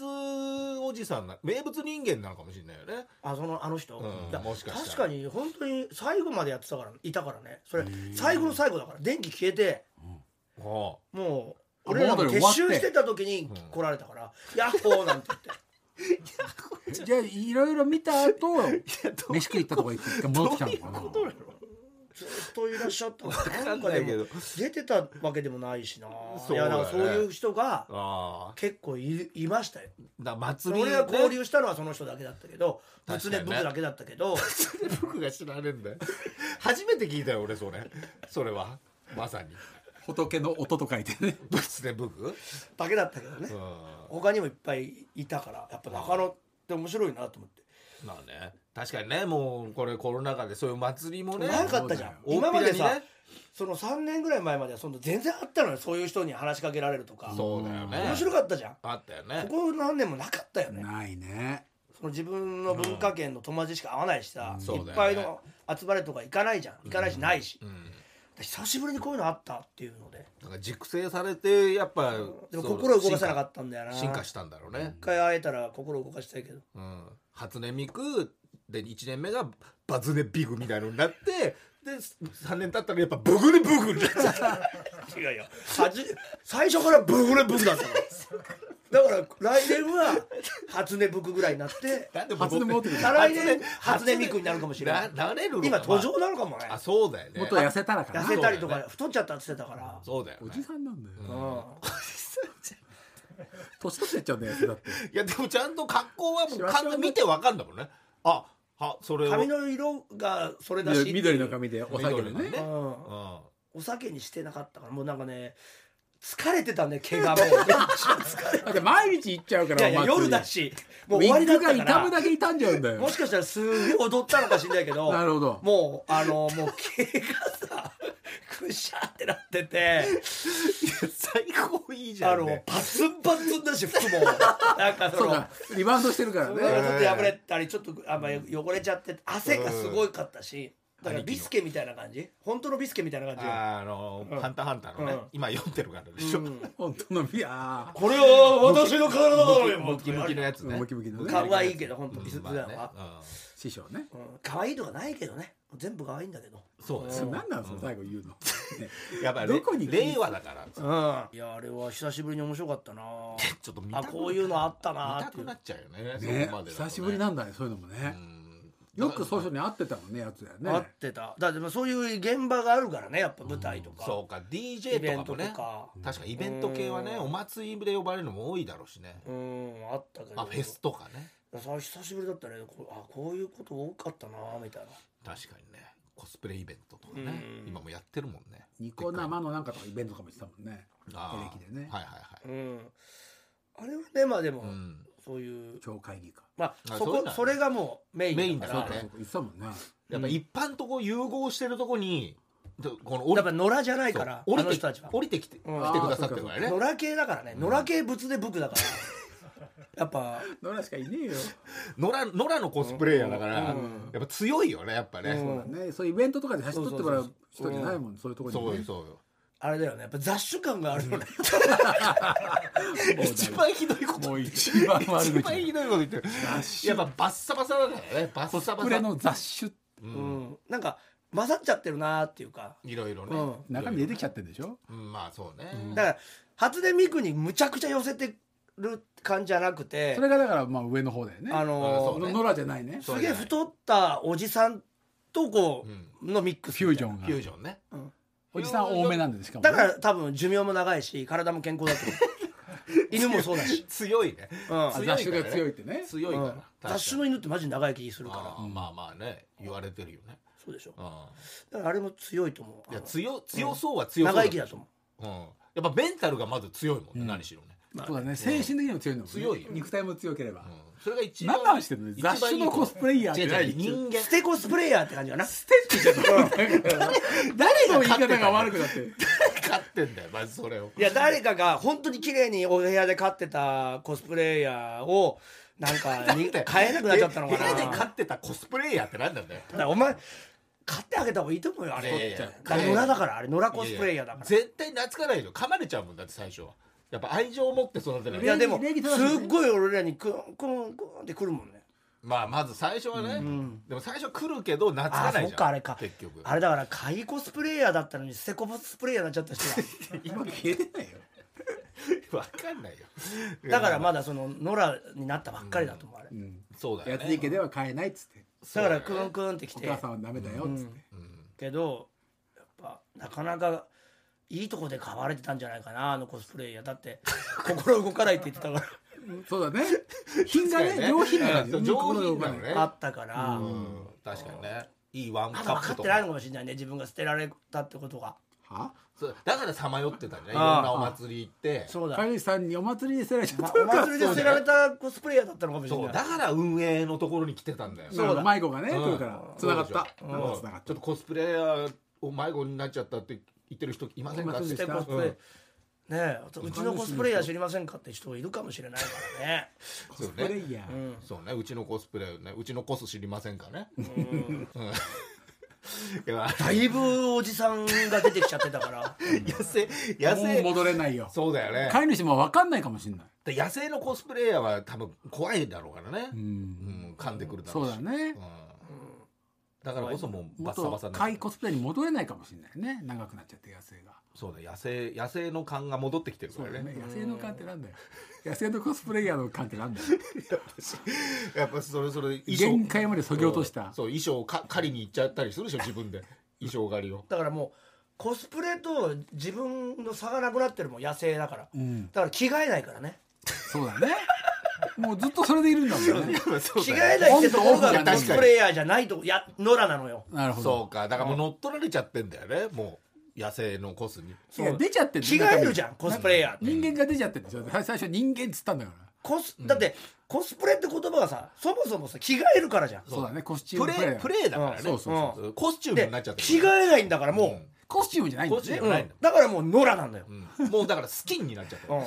C: おじさんな名物人間なのかもしれないよね
B: あそのあの人、
C: うん
B: いや
C: もしかしたら
B: 確かに本当に最後までやってたからいたからねそれ最後の最後だから電気消えて
C: お
B: もう
D: あ
B: 俺ら
D: も
B: が
D: うだよ
B: 撤収してた時に
C: 終わって
B: 来られたから「ヤッホー!」なんて言って
D: じゃあいろいろ見た後飯食い行ったとこ行って一回戻ってきたのかな
B: ずっといらっしゃった
C: [LAUGHS]
B: からなん
C: ん
B: か
C: な
B: で
C: いけど
B: も出てたわけでもないしな
C: そう
B: い
C: だよ
B: や
C: ね
B: なんかそういう人が
C: あ
B: 結構いいましたよ
C: あだ祭り
B: 俺が交流したのはその人だけだったけど
C: 確
B: 仏
C: か
B: で
C: にね
B: 仏だけだったけ
C: [LAUGHS]
B: ど
C: 僕が知られんだよ初めて聞いたよ俺それそれはまさに
D: 仏の音と書いてね
C: 仏で僕
B: だけだったけどね
C: うん
B: 他にもいっぱいいたからやっぱ中野って面白いなと思って。
C: まあね確かにねもうこれコロナ禍でそういう祭りもね
B: なかったじゃん
C: そう
B: 今
C: だよ
B: まで
C: 大っぴら
B: さ
C: にね
B: その3年ぐらい前まではその全然あったのよそういう人に話しかけられるとか
C: そうだよね
B: 面白かったじゃん
C: あったよね
B: ここ何年もなかったよね
D: ないね
B: その自分の文化圏の友達しか会わないしさ、
C: そうだよ
B: い
C: ね
B: っぱいの集まれとか行かないじゃん行かないしないし、
C: うん
B: 久しぶりにこういうのあったっていうので
C: だから熟成されてやっぱ
B: でも心動かせなか
C: っ
B: ったんだよな
C: 進化進化
B: 一
C: したんだろうね
B: 回会えたら心動かしたいけど
C: うん、初音ミクで1年目がバズネビグみたいのになってで3年経ったらやっぱブグネブグになっちゃった
B: 違うよはじ最初からブグレブグだったのだから来年は初音ブクぐらいに [LAUGHS] なって
C: なんで
D: 初音持ってる
B: 再来年初音ミクになるかもしれない
C: ななれるのか
B: 今途上なのかもね
C: あそうだよね
D: もっと痩せたらかな
B: 痩せたりとか太っちゃったって言ってたから
C: そうだよ
D: お
C: ね
D: じさんなんだよ、
B: うん
D: 年取ってっちゃうんだよ痩せだって
C: いやでもちゃんと格好はもう
D: しわしわ
C: 完全見てわかるんだもんねあはそれを
B: 髪の色がそれだ
D: で
B: し
D: 緑の髪でお酒で
C: 緑の
D: ね
C: ね
B: うん
C: うん
B: お酒にしてなかったからもうなんかね疲れてたね毛が
D: [LAUGHS]
B: もう疲れ
D: だって毎日行っちゃうか
B: い
D: ら
B: やいや
D: お祭り
B: 夜だしも
D: ウ
B: う終わ
D: ィ
B: り
D: ッ
B: だった
D: グが
B: か
D: 痛む
B: ら
D: だけ傷んじゃうんだよ
B: もしかしたらすげえ踊ったのかしんないけど
D: なるほど
B: もうあのもう毛がさくしゃってなってて
C: 最高いいじゃ
B: あ
C: ん、
B: の
C: ね、
B: パツンパツンだし服 [LAUGHS] もなんかそ
D: そう
B: の
D: かリバウンドしてるから
B: ちょっ
D: ね
B: と破れたりちょっとあんま汚れちゃって汗がすごかったしだからビスケみたいな感じ本当のビスケみたいな感じよ
C: あの、ハンターハンターのね、
B: うん
C: 今読んでるからでしょ、ム
D: 本当のビア
B: これは私の体だろよ
C: キムキのやつね
D: ムキムキのね
B: 可愛いけど本当
C: うん
B: ビスケ
C: ま
B: だ
C: あ
B: わ
C: ね
D: 師匠ね
B: うん可愛いとかないけどね全部可愛いんだけど
C: うんそうです
D: それ
C: ね
D: 何なんその最
B: [LAUGHS]
D: 後言うのね
C: やっぱり
D: どこに
C: 令和だから
B: うんいやあれは久しぶりに面白かったな
C: ちょっと見た
B: あ
C: くな
B: こういうのあったな
C: 見
B: ー
C: た
B: ってい
C: く
B: う
C: なっちゃうよね
D: ね
C: そこまでだとね
D: 久しぶりなんだねそういうのも
C: う
D: ね
C: ん
D: よくそういう人に会ってたのねやつだよ
B: 合っ
D: ね
B: てただってまあそういう現場があるからねやっぱ舞台とか
C: そうか
B: イベ
C: DJ
B: ン
C: と
B: トと
C: かもね
B: か
C: 確かイベント系はね
B: うん
C: お祭りで呼ばれるのも多いだろうしね
B: うんあったけど
C: あフェスとかね
B: さあ久しぶりだったねこうあこういうこと多かったなみたいな
C: 確かにねコスプレイベントとかね
B: うん
C: 今もやってるもんね
D: ニコ生のなんかとかイベントとかもしてたもんね
C: あー
D: テレキでね
C: はいはいはい
B: うんあれはねまあでも、
C: うん
B: そういう
D: 超会議か
B: まあそ
C: あそう
B: こ
C: いうのはね
B: それがもうメイン
C: メインだ
B: だ
C: か
B: から
D: そう
B: ら
D: か
C: ね
D: そうか言ってたもんね
C: やっぱ一般とこう融合してるとこにでこの降
B: や
C: り
B: っぱ野良じゃない
C: そう
B: からあの
C: 降り
B: 人
C: て
B: たちは
C: 降りてきて
B: うん
C: 来てくださってるからね
B: 野良系だからね野良系仏で僕だから [LAUGHS] やっぱ
D: 野良しかいねえよ
C: 野良野良のコスプレイヤーだから、
B: うん
C: やっぱ強いよねやっぱね、
B: うん
D: ねそういうイベントとかで走っとってもら
B: そう
D: 人じゃないもんそういうとこ
C: そう
D: ろ
C: よ
D: にね
C: そうよ
B: あれだよねやっぱ雑種感があるよね、
D: もう
C: 一番ひどいこと
D: もう一番悪
C: 一
D: 口
C: 番
D: だ
C: ひどいこと言ってる
D: 種
C: やっぱバッサバサだからねバッ
D: コス
C: サバ
D: プレ
C: サ
D: の雑種
B: う
C: う
B: んんなんか混ざっちゃってるなーっていうか、
C: いろいろ
B: う
C: ね、
B: ん、
D: 中身出てきちゃってるんでしょ
C: うんまあそうね、
B: だから初音ミクにむちゃくちゃ寄せてる感じじゃなくて
D: それがだからまあ上の方だよね
B: あのー
C: そうね
D: 野良じゃないね
C: そ
B: すげえ太ったおじさんとこ
C: うん
B: うのミックス
D: フュージョン
C: フュー
D: が
C: ジョンね
D: おじさん多めなんでしかもね
B: だから多分寿命も長いし体も健康
C: [LAUGHS]
B: だと思う犬もそうだし、
C: 強いね
B: うん、
D: あ
C: 強いから
D: 雑
C: ね
D: 種が強いってね
C: 強いから、
B: うん雑種の
C: い
B: 犬ってマジ長生きするから
C: まあまあね言われてるよね、
B: そうでしょ
C: うん、
B: だからあれも強いと思う
C: いや
B: あの
C: 強強そうは強そう
B: 長生きだと思
C: うん、やっぱメンタルがまず強いもんね、
D: うん
C: 何しろね、
D: そうだね精神的にも強いのもね
C: 強いよ
D: 肉体も強ければ
C: うん、それが一番
D: 何なんしてんの
C: 一番いい
D: 雑種のコスプレイヤーって
C: 違う違う
D: 何
C: 人
B: う
C: 間
B: ステコスプレイヤーって感じかな
D: ステッチじゃない誰の言い方が悪くなってる
C: 勝ってんだよまずそれを
B: いや誰かが本当に綺麗にお部屋で飼ってたコスプレイヤーをなんかに飼えなくなっちゃったのかな
C: え部屋で勝ってたコスプレイヤーってなんなんだよ
B: だからお前買ってあげた方がいいと思うよあれ
C: いやいやい
B: だ
C: や
B: から野良だからあれ野良コスプレイヤーだから
C: いやいや絶対懐かないよ噛まれちゃうもんだって最初はやっぱ愛情を持って育てない
B: い
C: と
B: やでも
D: 礼儀正しいね
B: すっごい俺らにクンクンクンってくるもんね
C: まあまず最初はね、でも最初来るけど懐か
B: あ
C: ない
B: そ
C: じゃん
B: っかあれか
C: 結局
B: あれだから介コスプレイヤーだったのにセコスプレイヤーになっちゃった人
D: 今消えてないよ
C: [LAUGHS] わかんないよ
B: だだからまだその野良になったばっかりだと思うあれ
C: そうだよ
D: や
C: ね
D: つ池では買えないっつって
B: だからクンクンってき
D: お
B: て
D: 母さんはダメだよっつって
B: けどやっぱなかなかいいとこで買われてたんじゃないかなあのコスプレイヤーだ
C: [LAUGHS]
B: って心動かないって言ってたか
D: そうだね
C: そうだ
D: 品がね
C: よね
D: 上品な感じ
C: うん上品なのね
B: らあったから
C: うん確かにねいいワンカ
B: まだ
C: ッ
B: 分か
C: プ
B: っ
C: と
B: てない
C: か
B: のかもしれないね自分が捨てられたってことが
D: は
C: そうだからさまよってたんじゃないい
B: ああ
C: ろんなお祭り行って
B: そうだ
D: 飼い主さんにお祭りに捨てられちゃ
B: ま
D: っ
B: あ
D: た
B: お祭りで捨てられたコスプレイヤーだったのかもしれ
C: そう
B: ない
C: だから運営のところに来てたんだよ
D: そうだ迷子がね来るから
C: うん
D: 繋がった
C: そうでし
D: なん
C: ょ
D: か繋がっ
C: ちょ
D: た
C: っとコスプレイヤーを迷子になっちゃったって言ってる人いませんか
D: いませんで
B: 捨
D: した
B: てコスプレねえうちのコスプレイヤー知りませんかって人がいるかもしれないから
C: [LAUGHS]
B: ね
D: コスプレイヤー
C: そうねうちのコスプレイヤーねうちのコス知りませんかねうんいや
B: だいぶおじさんが出てきちゃってたから
C: 野生野
D: もう
C: 生
D: 戻れないよ
C: そうだよね
D: 飼い主も分かんないかもしれない
C: で野生のコスプレイヤーは多分怖いだろうからねうん噛んでくるだろ
D: そうう
C: し
D: だね
C: うんだからこそもうバッサバサ
D: 元
C: になっ
D: 貝コスプレに戻れないかもしれないね長くなっちゃって野生が
C: そうだ野生野生の勘が戻ってきてるか
D: そう
C: ら
D: だね
C: ね
D: 野生の勘ってなんだよ野生のコスプレイヤーの勘ってなんだよ
C: [LAUGHS] やっぱそれそれ
D: 限界まで削ぎ落とした
C: そう衣装をか狩りに行っちゃったりするでし
D: [LAUGHS]
C: ょ自分で衣装狩りを
B: だからもうコスプレと自分の差がなくなってるもん野生だから、
D: うん
B: だから着替えないからね
D: そうだねもうずっとそれでいるんだもんね
B: 着替えないってところ
D: オンと
B: が
D: オフじゃない
B: コスプレイヤーじゃないとや野良なのよ
D: なるほ
C: そう
D: ど
C: かだからもう乗っ取られちゃってんだよねもう野生のコスに
D: いや出ちゃって
B: 着替えるじゃ
D: ん
B: んコスプレイヤーって
D: 人間が出ちゃってるでしょ最初人間っつったんだから
B: コスだってコスプレって言葉がさそもそもさ着替えるからじゃん
D: そうだねコスチュー
C: プ
D: ムプレ
C: レイプレ
D: イヤー
C: イだからね
B: うん
D: そうそう
B: そう
C: うんコスチューム
B: で
C: になっちゃって
B: 着替えないんだからも
D: コスチュームじゃないんだ
C: コスチュー
B: う、
C: ム
B: う
C: うん
D: ね
C: ん
B: だからもう野良なんだよ、
C: うんもうだからスキンになっちゃって
B: うん
C: る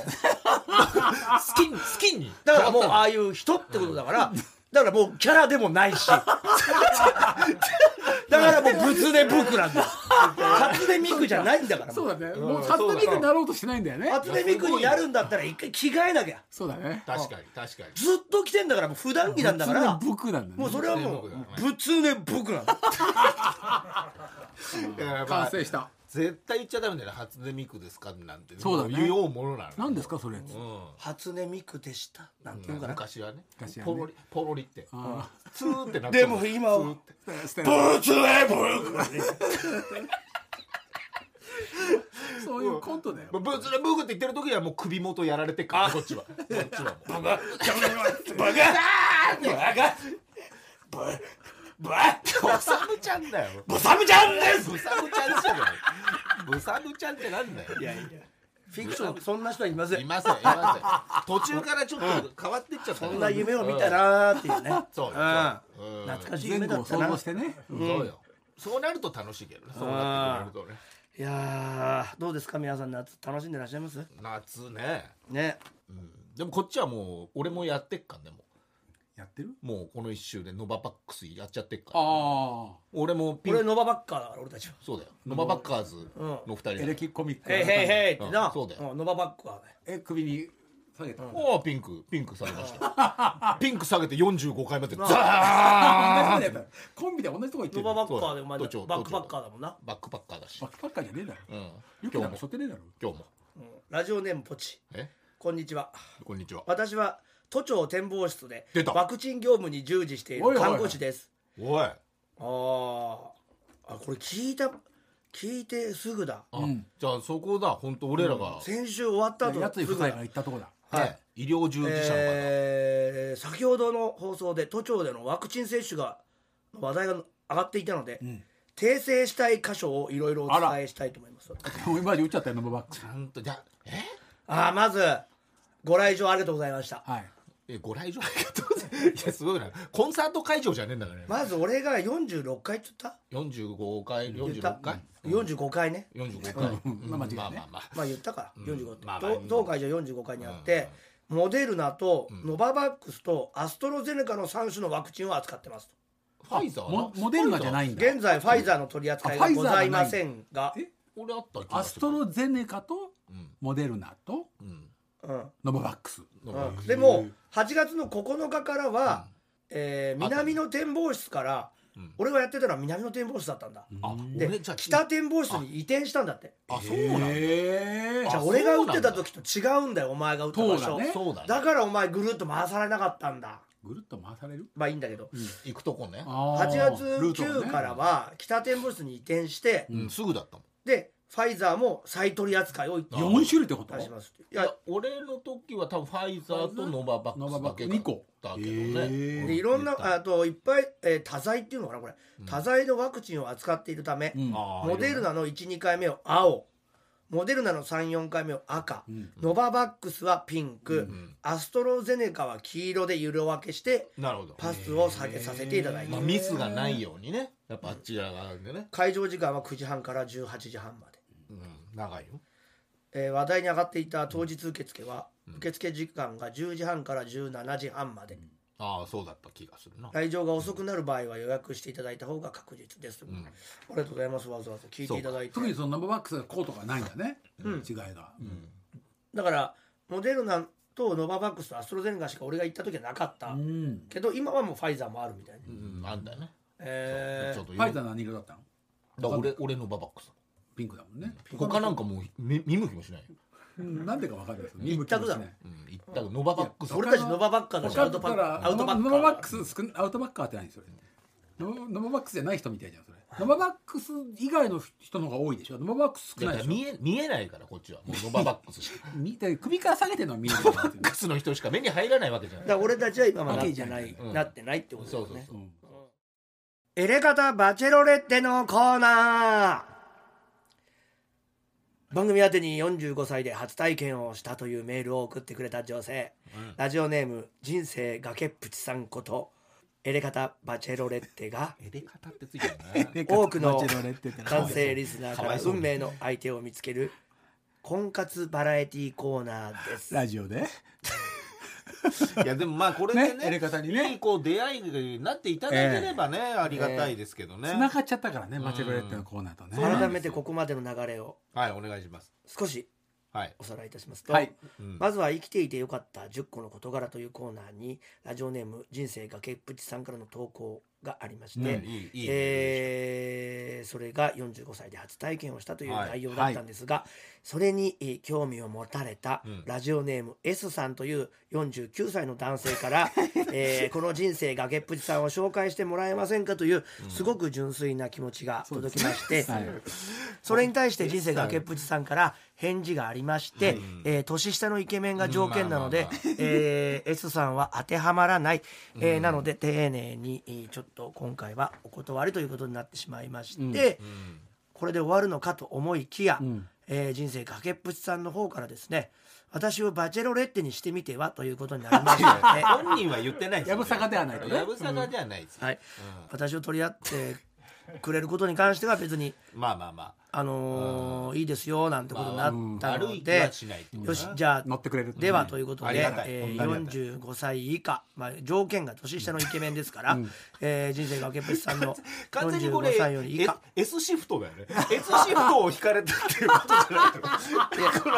C: スキンスキンに
B: だからもうああいう人ってことだから、だからもうキャラでもないしだからもうグズでブクなんだよ初音ミクじゃないんだからも
D: そううだねもう
C: うん
D: 初音ミクになろうとしてないんだよね
B: 初音ミクにやるんだったら一回着替えなきゃ
D: そうだね
C: 確かに確かに
B: ずっと着てんだからもう普段着なんだから
D: 僕なんだね
B: もうそれはもう
C: う
B: 仏ね僕なんだよ
C: だからま
D: 完
C: あ
D: 成した
C: 絶対言っちゃダメだよね初音ミクですかなんて
D: そうだね
C: も言おうものなの
D: 何ですかそれ
C: うん
B: 初音ミクでしたなんていうのかな
C: 昔はね
D: 昔は
C: ポ
D: ね
C: ロリポロリって
D: あ
C: ツーってなって
B: でも今は
D: ー捨てない
B: 仏ね僕
D: そういうコントだよ
C: ブーツレブーグって言ってる時にはもう首元やられてっからこっちはこっちはもう
B: バカバカバカババ
C: ブサムちゃんだよ
B: ブサムちゃんです
C: ブサムちゃんじゃないブサムちゃんってなんだよ
B: いやいやフィクションそんな人はいませ
C: い
B: ん
C: ませんいません途中からちょっと変わってっちゃった
B: そ
C: ね
B: んな夢を見たなーっていうね
C: そうよ
B: う
C: そうようん
B: ん懐かしい
D: 前
B: 夢だ
D: 後
B: っ
D: を
B: た
D: 想
B: な
D: 像してね
C: そうよそうなると楽しいけどねそうなってくれるとね
B: いやーどうですか皆さん夏楽しんでらっしゃいます
C: 夏ね
B: ね
C: うんでもこっちはもう俺もやってっかんねも
D: やってる
C: うもうこの一周でノババックスやっちゃってっから
D: あ
C: 俺もピン
B: 俺ノババッカーだから俺たちは
C: そうだよノババッカーズの二人
D: あ
C: だ
D: エ
C: よ
D: レキコミック
B: へいへいへいってな
C: うんそうだよ
B: んノババッカーだよ
D: え首に下げた
C: おおピンクピンク下げましたよ
D: [LAUGHS]
C: ピンク下げて45回までザー
D: あーコンビで同じとこ行って
B: ノ
D: る
B: バ
D: バ
B: バッカーでお前
C: ど
B: バ
C: っちを
B: ックパッカーだもんな
C: バックパッカーだし
D: ックパッカーじゃねえだろ
C: うん
D: ユキ
C: 今
D: な
C: 日も
D: んかしょってねえだろ
C: 今日も
B: ラジオネームポチ
C: え
B: こんにちは
C: こんにちは
B: 私は都庁展望室で
C: 出た
B: ワクチン業務に従事してい
D: おい
B: る
D: おいおい
B: 看護師です
C: おい
B: あーあこれ聞いた聞いてすぐだ
C: あじゃあそこだ本当俺らが
B: 先週終わった後
D: やつい
B: す
D: 夫
B: ぐだ
D: 妻が行ったとこだ
B: はい
C: ね医療従事者の
B: えー先ほどの放送で都庁でのワクチン接種が話題が上がっていたので、訂正したい箇所をいろいろお伝えしたいと思います
D: もう今まで打っちゃったよノババックス
C: 方ちゃんとじゃあえ
B: ああまずご来場ありがとうございました
D: はい
C: えご来場ありがとうございますいやすごいなコンサート会場じゃねえんだからね
B: まず俺が46回って言った
C: 45回
B: 言った
C: 46回
B: 45回ね
C: 45回
D: うんまあ間違い
C: ま
D: な
C: あ
D: いね
C: まあまあ
B: まあ言ったから45って、
C: まあまあ
B: と当会場45回にあって、モデルナとノババックスとアストロゼネカの3種のワクチンを扱ってますと
C: ファイザー
D: モモデルナじゃないんだ
B: 現在ファイザーの取り扱い
D: あ
B: が
D: ファイザ
B: ご
D: ーが
B: ざ
D: ない
B: いませんが
D: え
C: 俺あった気が
D: ア
C: す
D: ス
C: る
D: トロゼネカと
C: うん
D: モデルナと
C: うん
B: うん
D: ノババックス
B: うんでも8月の9日からは、えー南の展望室から、
C: ん
B: 俺がやってたのは南の展望室だったんだ、
C: あ
B: で
C: 俺じゃあ
B: 北展望室に移転したんだって
C: あそうなんだ
D: え
B: じゃあ俺が打ってた時と違うんだよお前が打った場
D: そう
B: 所
D: だね
C: そうだね
B: だからお前ぐるっと回されなかったんだ
D: ぐるっと回される
B: まあいいんだけど、
C: 行くとこね
D: あ
B: 8
D: ー
B: 月
D: ルートが
B: 9
D: ね
B: からは北展望室に移転して、
C: うんすぐだったもん
B: でファイザーも再取り扱いを一旦
D: 4種類ってこと
B: 出しますい
C: いや
B: や
C: 俺の時は多分ファイザーとノババッ
D: ノ
C: ク
D: バ
C: ス
D: バ
C: だ
D: ック
C: け
D: ス
C: だ
D: 2個
C: だけどね
D: へー
B: でいろんな
C: 言った
B: あといっぱい、えー多剤っていうのかなこれ、多剤のワクチンを扱っているため、
D: うん
C: あー
B: モデルナの12回目を青モデルナの34回目を赤、ノババックスはピンク、アストロゼネカは黄色で色分けして
C: なるほど
B: パスを下げさせていただいて
C: まあ、ミスがないようにねやっぱあっちら側でね、
B: 会場時間は9時半から18時半まで、
C: うん、長いよ
B: えー話題に上がっていた当日受付は、受付時間が10時半から17時半まで、
C: ああそうだった気がするな
B: 来場が遅くなる場合は予約していただいた方が確実です、ありがとうございますわざわざ聞いていただいて
D: 特にそのノババックスがこうとかないんだね違いが
B: だからモデルナとノババックスとアストロゼネカしか俺が行った時はなかった、
D: うん
B: けど今はもうファイザーもあるみたいな、
C: うんあんだよね
B: え
C: ち
B: ー
C: ょっと
D: ファイター何色だったの
C: だ俺俺のババックさ
D: ピンクだもんね。
C: 他なんかもう見見向きもしないよ、
D: うんなんでかわかんないですよね。
B: 一択だ
D: 見向きもしない
C: うん、言ったらノババックさ
B: 俺たちノババッカーだしアウトバッカーアウトバッカ
D: ノ
B: ー
D: ノババックス少なアウトバッカーって何それノノババックスじゃない人みたいじゃんそれノババックス以外の人の方が多いでしょノババックス
C: い
D: 少
C: や
D: ないいで
C: や見
D: しょ
C: え見えないからこっちはもうノババックスしか [LAUGHS]
D: 見て首から下げてるのは見えるよ
C: バックスの人しか目に入らないわけじゃん
B: だから俺たちは今まだな
D: わけ
B: っ
D: じ
B: て
D: ゃ
B: な
D: ない
B: い、
C: うん
B: なってないってことだ
C: そ
B: よ
C: うそう
B: ね
C: そう、
B: エレガタバチェロレッテのコーナー番組宛てに45歳で初体験をしたというメールを送ってくれた女性、ラジオネーム人生崖っぷちさんことエレガタバチェロレッテが
C: エレカタってついてるな
B: 多くの
D: 完
B: 男性リスナーから運命の相手を見つける婚活バラエティコーナーです
D: ラジオで
C: [LAUGHS] いやでもまあこれで
D: ねエレ
C: ね
D: カタにね
C: いいこう出会いになっていただければね、ありがたいですけどね、
D: 繋がっちゃったからねマチェロレッテのコーナーとね
B: 改めてここまでの流れを
C: はいお願いします
B: 少し
C: はい
B: おさらいいたしますと、
D: はい
C: うん
B: まずは生きていてよかった10個の事柄というコーナーにラジオネーム人生崖っぷちさんからの投稿がありまして、
C: うんいいいい
B: えーそれが45歳で初体験をしたという
C: はい
B: 内容だったんですが、それにえー興味を持たれた
C: うん
B: ラジオネーム S さんという49歳の男性
C: [LAUGHS]
B: から、えーこの人生崖っぷちさんを紹介してもらえませんかというすごく純粋な気持ちが届きまして、
D: はい
B: それに対して人生崖っぷちさんから返事がありまして、えー年下のイケメンが条件なの
C: うん
B: で
C: まあまあ、
B: えー S さんは当てはまらない、えーなので丁寧にえーちょっと今回はお断りということになってしまいまして、
C: うん
B: これで終わるのかと思いきや、
D: うん
B: えー人生崖っぷちさんの方からですね私をバチェロレッテにしてみてはということになりまし
C: い
B: て、
C: や本人 [LAUGHS] は言ってないですよ
D: やぶさかではないとね
C: やぶさかではないですよ、
B: はい、私を取り合ってくれることに関しては別に
C: まあまあま
B: あのーいいですよなんてことになった
C: あ
B: の
C: 悪い気
B: で
C: は、しないってこと
B: よ
C: だ
B: し
C: な
B: じゃあ
D: 乗ってくれる
B: ではということ
C: あり
B: で
C: がた、い
B: えー
C: 本当にありがたい
B: 45歳以下、まあ、条件が年下のイケメンですから、えー人生崖っぷちさんの
C: [LAUGHS] 完全にこれ
B: 45歳より以下
C: S, S シフトだよね [LAUGHS] S シフトを引かれたっていうことじゃない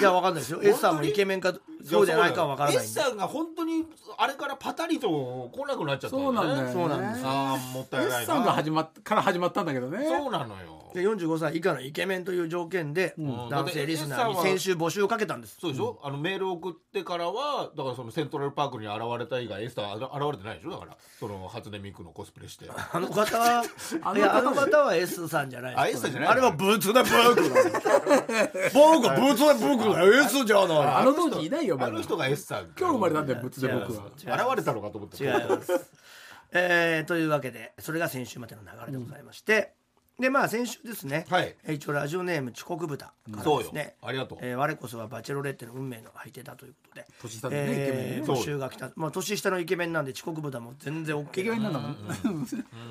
B: いやわかんないですよ S さんもイケメンかそうじゃないかはわからないん
C: S
B: で
C: さんが本当にあれからパタリと来なくなっちゃった
D: そうなんだよね
B: そうなんです
C: ああもったいないな
D: S さんが始まっから始まったんだけどね
C: そうなのよ
B: で45歳以下のイケメンという条件で、
C: ん
B: 男性リスナーに先週募集をかけたんです
C: そうでしょ、あのメール送ってからはだからそのセントラルパークに現れた以外エスターは現れてないでしょだからその初音ミクのコスプレして
B: あの方は
D: あの方
B: いやあの方は S さんじゃない
C: あ S さんじゃない
B: あれはブーツだブークだ
C: [LAUGHS]
B: 僕はブーツだブークだよ S じゃない
D: あの当時いないよ
C: あ
D: まだ
C: の人が S さん
D: 今日生まれたんだよぶっつで
B: 違う
D: 僕は
C: 現れたのかと思って
B: 違います。 [LAUGHS] えーというわけでそれが先週までの流れでございまして、でまあ先週ですね、
C: はい
B: えー一応ラジオネーム遅刻豚から
C: そう
B: で
C: よ
B: すね、
C: ありがとう
B: えー我こそはバチェロレッテの運命の相手だということで
D: 年下のねイケメンね
B: えー
C: そう
B: 募集が来た、まあ、年下のイケメンなんで遅刻豚も全然 OK
D: イケメンなん
B: だ
D: だもんね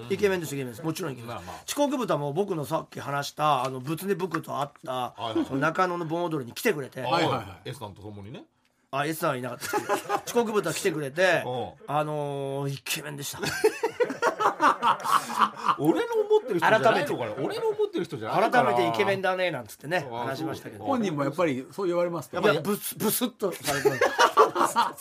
B: イケメンですイケメンですもちろんイケメンです、
C: まあまあ
B: 遅刻豚も僕のさっき話したあの仏音クと会った
C: はいはい
B: その中野の盆踊りに来てくれて、
C: はいい
D: はい
C: は
D: はい
C: い S さんと共にね
B: あ S さんはいなかったですけど
C: [LAUGHS]
B: 遅刻豚来てくれて
C: おう
B: あのーイケメンでした。
C: 俺の思ってる人じゃないのか
B: 改
C: な俺の思ってる人じゃないのか
B: 改
C: な
B: めてイケメンだねなんつってね
C: あ
B: 話しましたけど
D: 本人もやっぱりそう言われますけ
B: い
D: ど
B: やブスブスッとされてました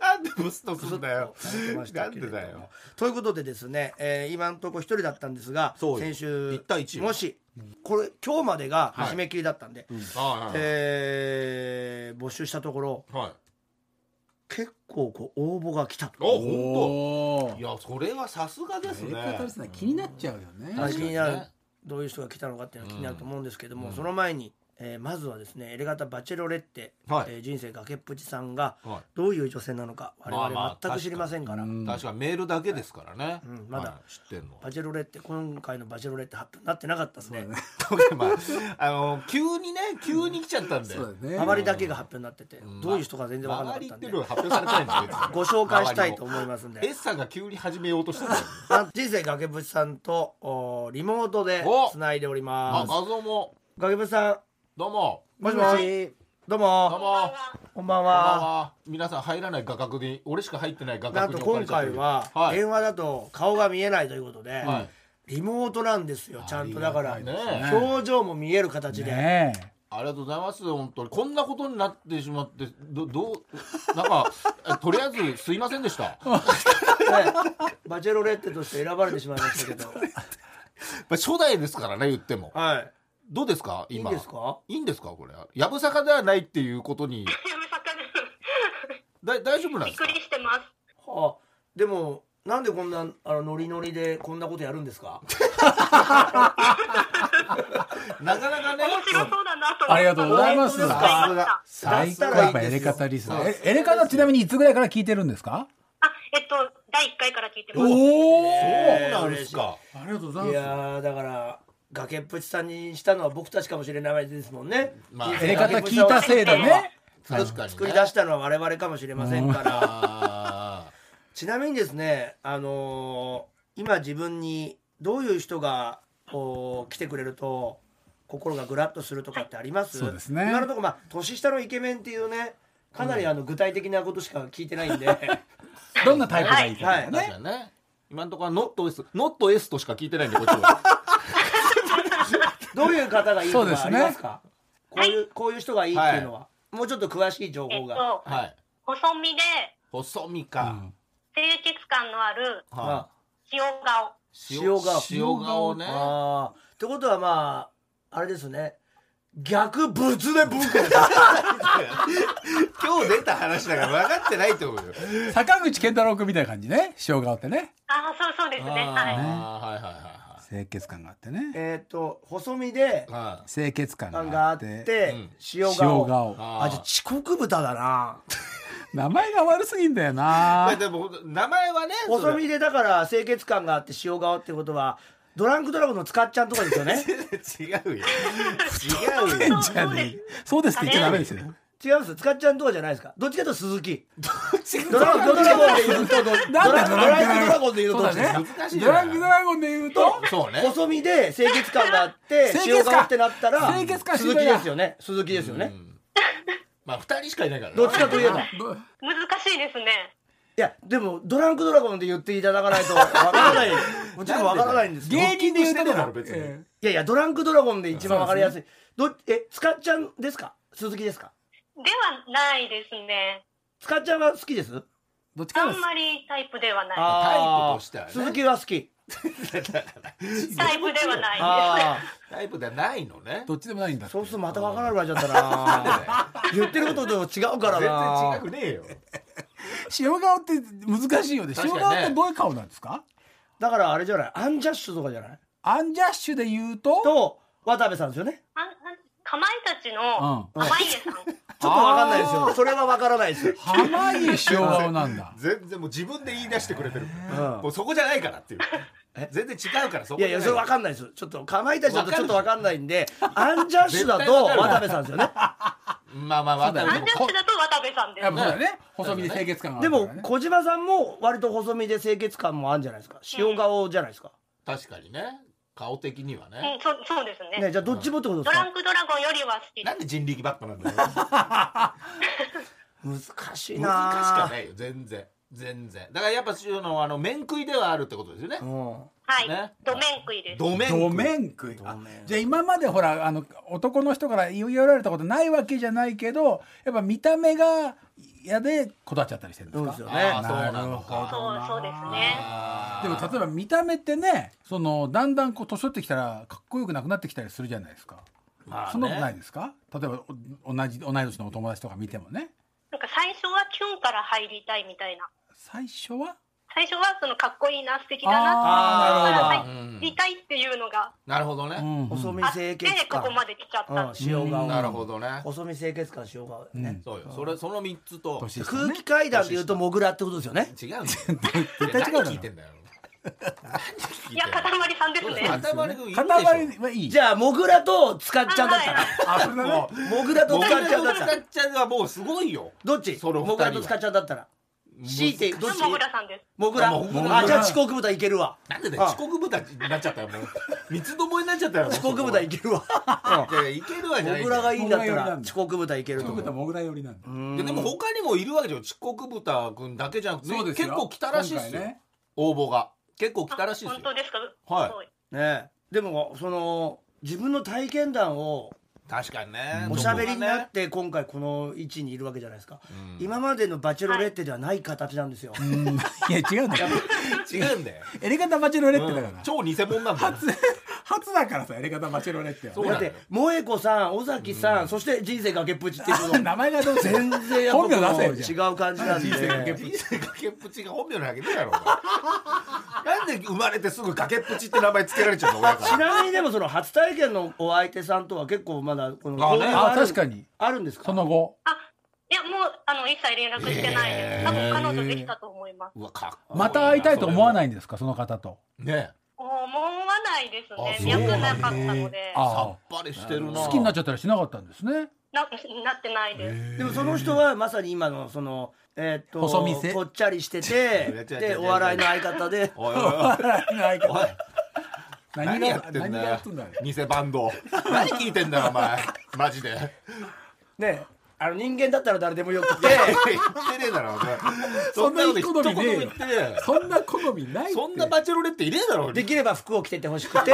C: なんでブスとすんだよ
B: されてまし
C: な
B: た
C: ん
B: けれ
C: で
B: ども
C: だよ
B: ということでですね、えー今のところ一人だったんですが
C: そうよ
B: 先週
C: 一対一よ
B: もしこれ今日までが
C: はい
B: 締め切りだったんで、
C: はいはい
B: えー募集したところ
C: はい
B: 結構こう応募が来たと
C: お本
D: お
C: 当いやそれはさすがですね
D: やり方ですね気になっちゃうよね
B: 気
C: かにね
B: になるどういう人が来たのかっていうのは気になると思うんですけども、その前に、えーまずはですねエレガタバチェロレッテ、
C: はい
B: えー人生崖っぷちさんが
C: はい
B: どういう女性なのか我々
C: まあまあ
B: 全く知りませんから、
C: 確かメールだけですからね、
B: んまだ
C: はい知ってんの
B: バチェロレッテ今回のバチェロレッテ発表になってなかったですね
C: [LAUGHS] 特にまあ、あの急にね急に来ちゃったんで、
D: そうだね
B: あまりだけが発表になってて、どういう人か全然分からなか
C: 周
B: っ
C: り
B: た
C: っ
B: ん
C: て
B: で
C: いうのは発表されてないんですよ
B: ご紹介したいと
C: う
B: 思いますんで
C: S さんが急に始めようとし
B: [LAUGHS]
C: たんだよね
B: あ人生崖ぶちさんとおリモートで
C: お
B: つないでおり
C: あ
B: ます
C: 画像も
B: 崖ぶちさん
C: どうも
B: もしもしどうも
C: どうもこんばん
B: こんばんは
C: は皆さん入らない画角に俺しか入ってない画
B: なん
C: 角
B: と今
C: に
B: 回は
C: はい
B: 電話だと顔が見えないということで、
C: は
B: リモートなんですよちゃんとだから、
C: ありがたいね
B: 表情も見える形で、
D: ねえ
C: ありがとうございます本当にこんなことになってしまってどどうなんかえとりあえずすいませんで
B: [LAUGHS]
C: した
B: はい [LAUGHS] バチェロレッテとして選ばれてしまいましたけど。
C: まあ初代ですからね言っても
B: はい。
C: どうですか
B: いいん
C: 今
B: ですか
C: いいんですかこれやぶさかではないっていうことに
E: やめさかです。
C: だ大丈夫なん
E: び
C: で
E: っ
C: すか
E: くりしてます。
B: はあ、でも、なんでこんな、あの、ノリノリでこんなことやるんですか
C: なかなかね
E: 面白そうだなと思った。
D: ありがとうございます
E: 思いました
D: 最高
B: だったらい
D: や
B: い
D: っ
B: で
D: ぱ
B: すよ
D: エレカタリスナ
C: そう
D: ーえエレカタちなみにいつぐらいから聞いてるんですか
E: あ、えっと、第一回から聞いて
D: お
E: ます。
D: お
C: そうなんですか
D: ありがとうござい
B: い
D: ま
B: やー、だから、崖っぷちさんにしたのは僕たちかもしれないですもんね。
C: まあ
B: 人
D: す
B: 生
D: エレカタ聞いたせいでね
B: 崖っぷちさん
C: 確
B: を
C: かに、ね、
B: 作り出したのは我々かもしれませんから。
C: あ
B: ちなみにですね、あのー今自分にどういう人がこう来てくれると心がグラッとするとかってあります
D: そうですね
B: 今のところ、まあ、年下のイケメンっていうねかなりあの具体的なことしか聞いてないんで、 [LAUGHS]
D: すどんなタイプがいいか
C: ー
D: ね
C: 確かにね今のところはノット S ノット S としか聞いてないんでこっちは
B: どういう方がいいと
D: そうです
B: かあり
D: ね
B: ますかこういうこういう人がいいっていうのは、もうちょっと詳しい情
E: え
B: 報
E: っ
B: が、
E: と、
C: [LAUGHS] はい
E: 細身で
C: 細身
D: う
C: か、
D: ん
E: 清潔感のある
B: あ
C: は
E: 塩顔。
C: い
B: 塩顔
C: 塩顔ね
B: あーってことはまああれですね逆ぶつで文化です
C: 今日出た話だから分かってないと思うよ。
D: 坂口健太郎君みたいな感じね塩顔ってね
E: あー、そうそうですね。は
C: あ
E: い。
C: ーはいは
D: 清潔感があってね
B: えっと細身で
C: いはいは
D: 清潔感
B: 感が
D: が
B: あ
D: あ
B: っ
D: って
B: て
C: うん
B: 塩
D: 塩
B: 顔
D: 顔
C: い。
B: あじゃあ遅刻豚だな
D: 名前が悪すぎんだよ
C: ま
D: な
C: [LAUGHS] あでも名前はね
B: 細身でだから清潔感があって塩顔ってことはドランクドラゴンの使っちゃんとかですよね
C: それ [LAUGHS] [LAUGHS] 違うよ違う
D: じ
C: よ
E: そう
D: ゃあねそうですって言っちゃダメですよ
B: 違います使っちゃんとかじゃないですかどっちかというと鈴木ド
C: ド
B: ラ
C: ラ
B: ンクドラゴンで言うとどドラ
D: なんでドランクドラゴン
B: ンクドラゴンで言うとどっちですか
D: そう
C: 難しい
D: ド
C: よ
D: ランクドラゴンで言うと
C: そうね
B: 細身で清潔感があって
D: 清
B: 塩
D: 潔感
B: 顔ってなったら
D: 清潔感
B: 鈴木ですよね鈴木ですよね
C: うんまあ二人しかいないから
B: どっちかといえばい
D: ど
E: 難しいですね。
B: やでもドランクドラゴンで言っていただかないとわからないもちろんわからないんですけど
D: 芸人で言う
C: ドッキリして
D: と
C: んだから別に
D: え
B: いやいやドランクドラゴンで一番わかりやすいどえ使っちゃんですか鈴木ですか
E: ではないですね。
B: 使っちゃんは好きです
D: ーどっち
E: あ
D: かで
E: ん
D: す
E: まりタイプではない。
B: あー
C: タイプとしてはね
B: 鈴木は好き
E: タイプではないです。
B: あ
C: タイプではないのね
D: どっちでもないんだ
B: あそうするとまた分からなくなっちゃった
C: [LAUGHS]
B: な言ってることと違うからな
C: 全然違くねえよ
D: 塩顔って難しいよね
C: 確か
D: 塩
C: にね
D: 顔ってどういう顔なんですか
B: だからあれじゃないアンジャッシュとかじゃない
D: アンジャッシュで言うと
B: と渡部さんですよね
E: ああかまいたちの
D: う
E: 濱家さん。
B: ちょっと分かんないですよそれは分からないです
C: [LAUGHS]
B: よ
D: 濱家 [LAUGHS] 塩顔なんだ
C: 全然もう自分で言い出してくれてる
B: うん
C: もうそこじゃないからっていう全然違うからそこ
B: い
C: じ
B: や
C: ゃない
B: やそれ分かんないですちょっとかまいたちだとちょっと分かんないんでアンジャッシュだ
C: 絶
B: と
C: 対わか
B: 渡部
C: るわ
B: さんですよね
C: まあまあまあ
D: そうだよ
E: ア
D: ね
E: ンジャッシュだと渡部さんです
D: やっ。ぱそうだよね細身で清潔感があ
B: で
D: るから
B: も
D: ね
B: 小島さんも割と細身で清潔感もあるんじゃないですか塩顔じゃないですか
C: 確かにね顔的にはね
E: うん、そうそうです
B: ね
E: ね。
B: じゃあどっちもってことで
E: ド
B: す
E: ラ
B: か
E: ンクドラゴンよりは好きで
C: な
E: す。
C: んで人力ばっかなんだよ
B: 難しいな
C: 難しかないよ全然全然だからやっぱ塩のあの麺食いではあるってことですよね
B: うん
E: はい、
C: ね
E: ドメン食いです。
C: ドメン
D: ド
C: 食い
D: メン食いあ
B: ドメン
D: じゃあ今までほらあの男の人から言い寄られたことないわけじゃないけどやっぱ見た目が嫌で断っちゃったりしてるんですか
B: そうですよ
C: ああ
D: な
C: そうな
D: る
C: の
D: ほ
C: か
E: そうそうですね。
C: あ
D: でも例えば見た目ってねそのだんだんこう年取ってきたらかっこよくなくなってきたりするじゃないですか、
C: ーまあね
D: そんなことないですか例えばお同じ同い年のお友達とか見てもね
E: なんか最初はキュンから入りたいみたいな。
D: 最初は
E: 最初はそのかっこいいな、素敵だなって
B: あ
D: あー
E: 思ったら入りたいっていうのが
C: なるほど
D: う
C: ね、
D: んうん
B: 細身
E: あって
B: 清潔、
E: こ
B: 感
E: こまで来ちゃったんです。
B: うん、塩顔、
D: うん
C: なるほどね
B: 細身清潔感塩顔だよね、
C: そうよそれその三つと
D: 年下
B: 空
D: ね
B: 気階段で言うとモグラってことですよね
C: 違うんだよ
D: 絶対違うだろ
C: 何聞いてんだよ
E: いや、かたまりさんです
C: そうだ
E: ね。
C: よ
E: はい
C: 塊がいるでしょ
D: 塊はいい
B: じゃあモグラと使っちゃうだったら
D: あそれだね
B: モグラと
C: 僕
B: 使っちゃうだ
C: の
B: った
C: 使
B: ら
C: っちゃうはもうすごいよ
B: どっち
C: その二人
B: モ
C: は
B: グラと使っちゃうだったら強いてどっち
E: もぐらさんです。
B: モグラ
C: あモグラ
B: あじゃあ遅刻豚いけるわ
C: なんでだよ遅刻豚になっちゃったよもう三つどもえになっちゃったよもう
B: 遅刻豚いけるわ
C: いやいやいけるわ
B: うん
C: じゃ
B: モ
C: ない
B: グラがいいんだった
D: モグラよりな
B: ら
D: んだ
B: 遅刻豚いけると
D: そう
B: 思
D: いうこと
B: う
D: はモグラ寄りなんだ
B: うん
C: ででも他にもいるわけじゃん遅刻豚くんだけじゃなくて
D: そうです
C: 結
D: よ
C: 構来たらしいっす
D: 今
C: よ、
D: 回ね
C: 応募が結構来たらしいっす
E: 本
C: よ
E: 当ですか。
C: はい
E: すごい。
B: ねでもその自分の体験談を
C: 確かにね
B: おしゃべりになっ
C: ね
B: て今回この位置にいるわけじゃないですか、
C: うん
B: 今までのバチェロレッテではない形なんですよ、
D: うんいや違うんだよ
C: 違うんだよ
D: エレガタバチェロレッテだから、
C: うん超偽物なんだよ
D: 初だからさエレガタバチェロレッテは
C: そう
B: だ
C: な
B: っ
C: んだ
B: て
C: よ
B: 萌子さん尾崎さん、そして人生崖っぷちっていうの
D: 名前がどうせ
B: 全然やっ
D: [LAUGHS] 本
B: ぱ
D: 名
B: こ
D: 出
B: う
D: せ
B: 違
D: よじゃ
B: う感じなんで
D: 人生崖っぷ
C: 人生崖っぷちが本名なわけねえだろお前なんで生まれてすぐ崖っぷちって名前つけられちゃうの親か
B: ち
C: ら
B: なみにでもその初体験のお相手さんとは結構まだこの
C: あね
B: 交流
D: あ
B: が
D: あ
B: る
D: 確かに
B: あるんですか
D: その後
E: いや、もう、あの、一切連絡してないです。多分彼女できたと思います。
C: うわかっこいいな
D: また会いたいと思わ
C: い
D: ないんですかその方と
C: ね
E: 思わないですね。
C: あそう
E: 脈なかったので、
D: あ
C: さっぱりしてるな
D: 好きになっ
C: ち
D: ちゃったりしなかったんですね
E: ななってないです。
B: でもその人はまさに今のそのえーっと
D: 細見せ
B: ぽっちゃりして
C: いや
B: て
C: 違う違う違う違
B: で
C: う
B: お笑いの相方
C: [LAUGHS]
B: で
C: おいおいおい
D: 何
C: おい何や
D: が
C: ってん
D: 何が
C: だ
D: や
C: よ
D: ってんだよ
C: 偽バンド何聞いてんだよお前マジで
B: ねあの人間だったら誰でもよく
C: い
B: て
C: やいや言ってねえだろお前
D: そんな
C: こと一言も言ってねえよ
D: そんな好みないって
C: そんなバチェロレっていねえだろ
B: できれば服を着ててほしくて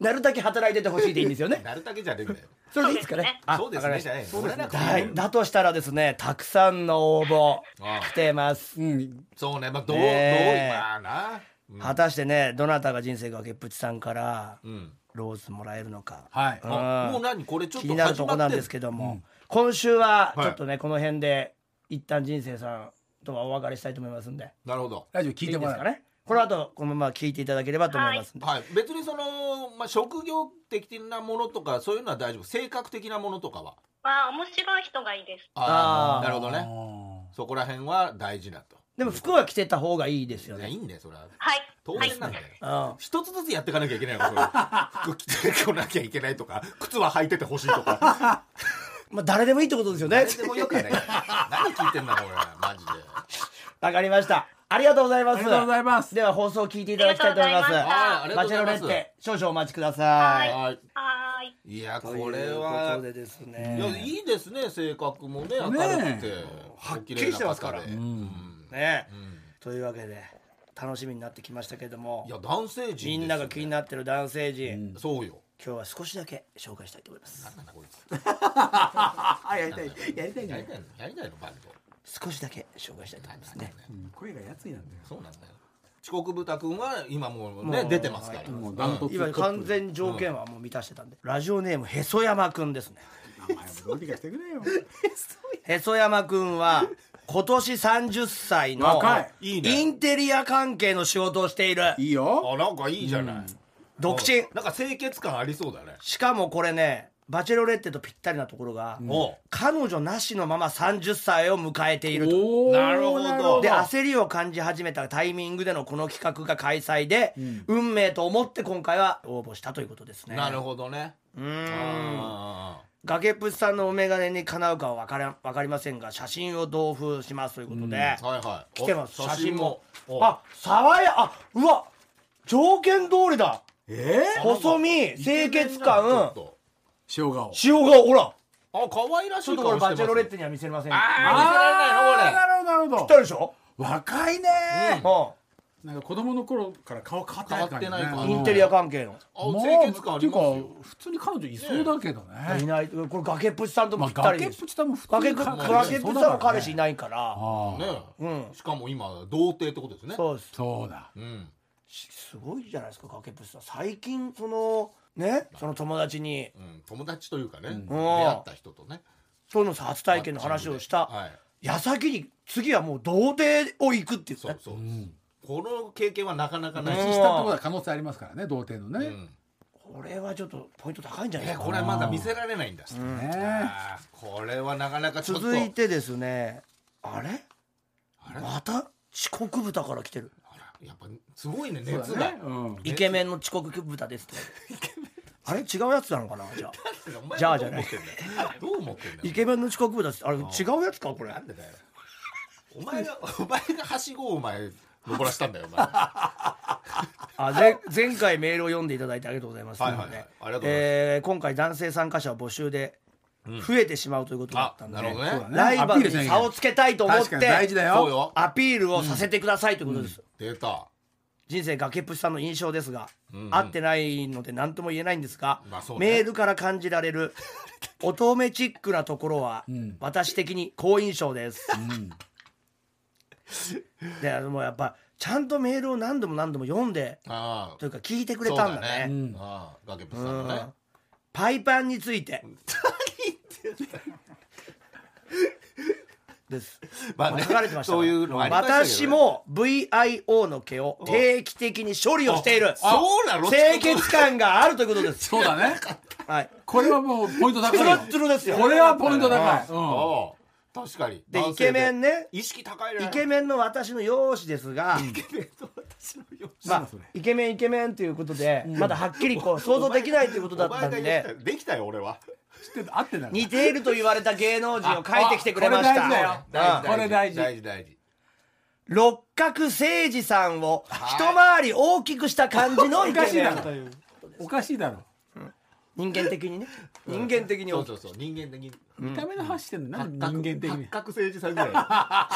B: なるだけ働いててほしいでいいんですよ
C: [LAUGHS]
B: ね
C: なるだけじゃねえんだよ
B: それでいいですかねあ
C: そうですねじゃないの俺らから
B: は
C: 言う
B: い
C: よ、
B: だとしたらですねたくさんの応募
C: ああ
B: 来てます
D: うん
C: そうねまあどうどう
B: ねえ
C: まあなうん
B: 果たしてねどなたが人生崖っぷちさんから
C: うん
B: ローズもらえるのか、
D: はい
B: うん
C: あもう何これちょっ
B: 気
C: と
B: に
C: 始ま
B: な
C: って
B: るとこなんですけども、
D: うん
B: 今週は
C: はい
B: ちょっとね、この辺で一旦人生さんとはお別れしたいと思いますんで
C: なるほど
D: ラジオ聞いても
B: で
D: ら
B: す
D: う
B: かねこの後このまま聞いていただければと思いますんで、
C: はい別にそのまあ職業的なものとかそういうのは大丈夫性格的なものとかは
E: まあ、面白い人がいいです。
C: ああ
B: あー
C: なるほどね
D: ね
C: そこら辺は大事だと
B: でも服は着てた方がいいですよ
C: いやい
B: ね、
C: いんだよそれは
E: はい。
C: 当
E: はい。
C: 然なんだよ
B: うん、
C: 一つずつやっていかなきゃいけないのそれ服着てこなきゃいけないとか靴は履いててほしいとか
B: まあ誰でもいいってことです [LAUGHS] よね
C: 何でもよくない何聞いてんだこれマジで
B: わかりましたありがとうございます
D: ありがとうございます
B: では放送を聞いていただきたいと思います
E: ありがとうござ
C: はいあり
E: いました
B: バ
C: がとう
B: チェロレ
C: ございます
B: ッテ少々お待ちください
C: はい
E: はーい。
C: いや
B: という
C: これは
B: ことでです
C: いや
B: ね
C: いいですね性格もね明るくて
B: はっきりしてますから
C: お綺麗な方でうん
B: ね
C: うん
B: というわけで楽しみになってきましたけれども
C: いや男性陣です
B: み
C: よ
B: んなが気になってる男性陣、
C: そうよ
B: 今日は少しだけ紹介したいと思います
C: なんだこいつ
D: あやりたいやりたいんじゃ
C: やり
D: ない
C: たいのやりたいのバンド
B: 少しだけ紹介したいと思いますね
D: うん声がやついなんだよ
C: そうなんだよ遅刻豚くんは今もう
B: も
C: ね
B: う
C: 出てますから
B: はい
D: もうダントツ
B: 今完全に条件はもう満たしてたんで、ラジオネームへそ山くんですね
D: 名前もどうにかしてくれよ
B: へそ山くん
C: [LAUGHS]
B: は今年30歳の
D: 若い
C: いいね
B: インテリア関係の仕事をしている
D: いいよ
C: あなんかいいじゃない
B: 独身
C: なんか清潔感ありそうだね
B: しかもこれねバチェロレッテとぴったりなところが、
C: お
B: 彼女なしのまま30歳を迎えていると
D: おー
C: なるほど
B: で焦りを感じ始めたタイミングでのこの企画が開催で、運命と思って今回は応募したということですね
C: なるほどね
B: うーん
C: あ
B: 崖っぷちさんのお眼鏡にかなうかは分からん分かりませんが写真を同封しますということで
C: ー、はいはい
B: 来てます
C: お
B: 写真も
C: お
B: あ爽やあうわ条件通りだ
D: えー
B: 細身
C: イケメ
B: 清
C: ンじゃん
B: 潔
C: ちょ
B: 感
C: っと
D: 塩顔
B: 塩顔ほら
C: あ可愛らし
B: ちょ
C: い
B: っとこ
C: 顔
B: れバ
C: してます
B: チェロレッテには見せれません
C: あ
D: あー
C: あ
D: なるほどなるほ
B: 来た
D: ど
B: でしょ、
D: 若いね
B: う
D: なんか子供の頃から顔変わってない
C: 変
D: 感じ
C: わってない
B: ん、
C: 感
B: インテリア関係の
C: これ
D: ま
C: あ
D: あ
C: 清潔感あります
D: ってい
C: よ
D: うか普通に彼女いそうだけど
B: い
D: ね。
B: ないこれ崖っぷちさんとも
D: まあ
B: ぴったり
D: 崖っ
B: です
D: ぷちさんも普通に
B: 崖っぷち崖っぷちさんも彼氏い
D: い。
B: ないから
D: ああ、
C: ね
B: うん
C: しかも今童貞ってことですね
B: そうです
D: そうだ。
C: うん
B: すごいじゃないですか崖っぷちさん最近そのねその友達に
C: うん友達というかね出
B: ん
C: 会った人とね
B: そういうのさ初体験の話をし
C: は
B: た
C: い
B: 矢先に次はもう童貞を行くっていう
C: そう
B: ね
C: そうこの経験はなかなかない
B: うん
D: 年下ってことは可能性ありますからね、童貞の
C: う
D: ね。
C: ん
B: これはちょっとポイント高いんじゃないで
C: え
B: すか
C: これまだ見せられないんだ
D: ね
C: あーこれはなかなかちょっと
B: 続いてですねあれ
C: あれ
B: また遅刻豚から来てる
C: あらやっぱすごいね
D: え。
C: 熱
D: そう
C: が
D: だね。うん。
B: イケメンの遅刻豚ですって
C: [LAUGHS]
B: あれ違うやつなのかなじゃあ
C: お前
B: じゃあじゃない
C: どう思ってんだよどう思ってんだ
B: イ
C: よ
B: ケメンの遅刻豚ですあれ違うやつかこれ
C: なんでだよお前がお前がはしごをお前登らしたんだよお前
B: あぜ前回メールを読んでいただいてありがとうございます。
C: はいはいはい
B: なので
C: ありがとうございます
B: えー今回男性参加者は募集で増えてしまうということだったんで、
C: あなるほどね
B: そうだライバルに差をつけたいと思っ
D: 確か
B: て
D: に大事だ
C: そう
D: よ。
C: よ
B: アピールをさせてくださいということです。
C: 出た
B: 人生崖っぷちさんの印象ですが、合ってないので何とも言えないんですが、
C: まあそうね
B: メールから感じられ
C: [LAUGHS]
B: る乙女チックなところは、私的に好印象です。であのもうやっぱちゃんとメールを何度も何度も読んで
C: ああ
B: というか聞いてくれたんだね。
C: そうああ崖っぷちさんのね
B: パイパンについてです。
C: ま
B: 書かれてましたね
C: そういうのありましたけどね
B: 私も VIO の毛を定期的に処理をしている
C: あそうなの
B: 清潔感があるということです
D: そうだね
B: はい
D: これはもうポイント高
B: ツル
D: いよ
B: ッツルですよ
D: これはポイント
C: あ
D: 高い、
C: あ
D: うん
C: ああ確かに
B: で
C: 男
B: イ
C: 性
B: ケメンね
C: 意識高いね
B: イケメンの私の容姿ですがまあイケメンイケメンということでまだはっきりこう想像できないということだ
C: お
B: った
C: 前
B: ん
C: が言った
B: で
C: できたよ俺は
D: 知って合ってんだから
B: 似ていると言われた芸能人を書いてきてくれまし
D: あこれ大事だよ
B: た
D: 大事これ大
C: 大事
D: 事
C: 大事
B: 六角誠治さんを一回り大きくした感じのイケメンという
D: おかしいだろ
B: 人間的にね人間的に
C: そ
B: 大
C: う
B: き
C: そうそう人間的に
D: 見た目の話してんのなんで人間的に
C: 八角政治さんぐら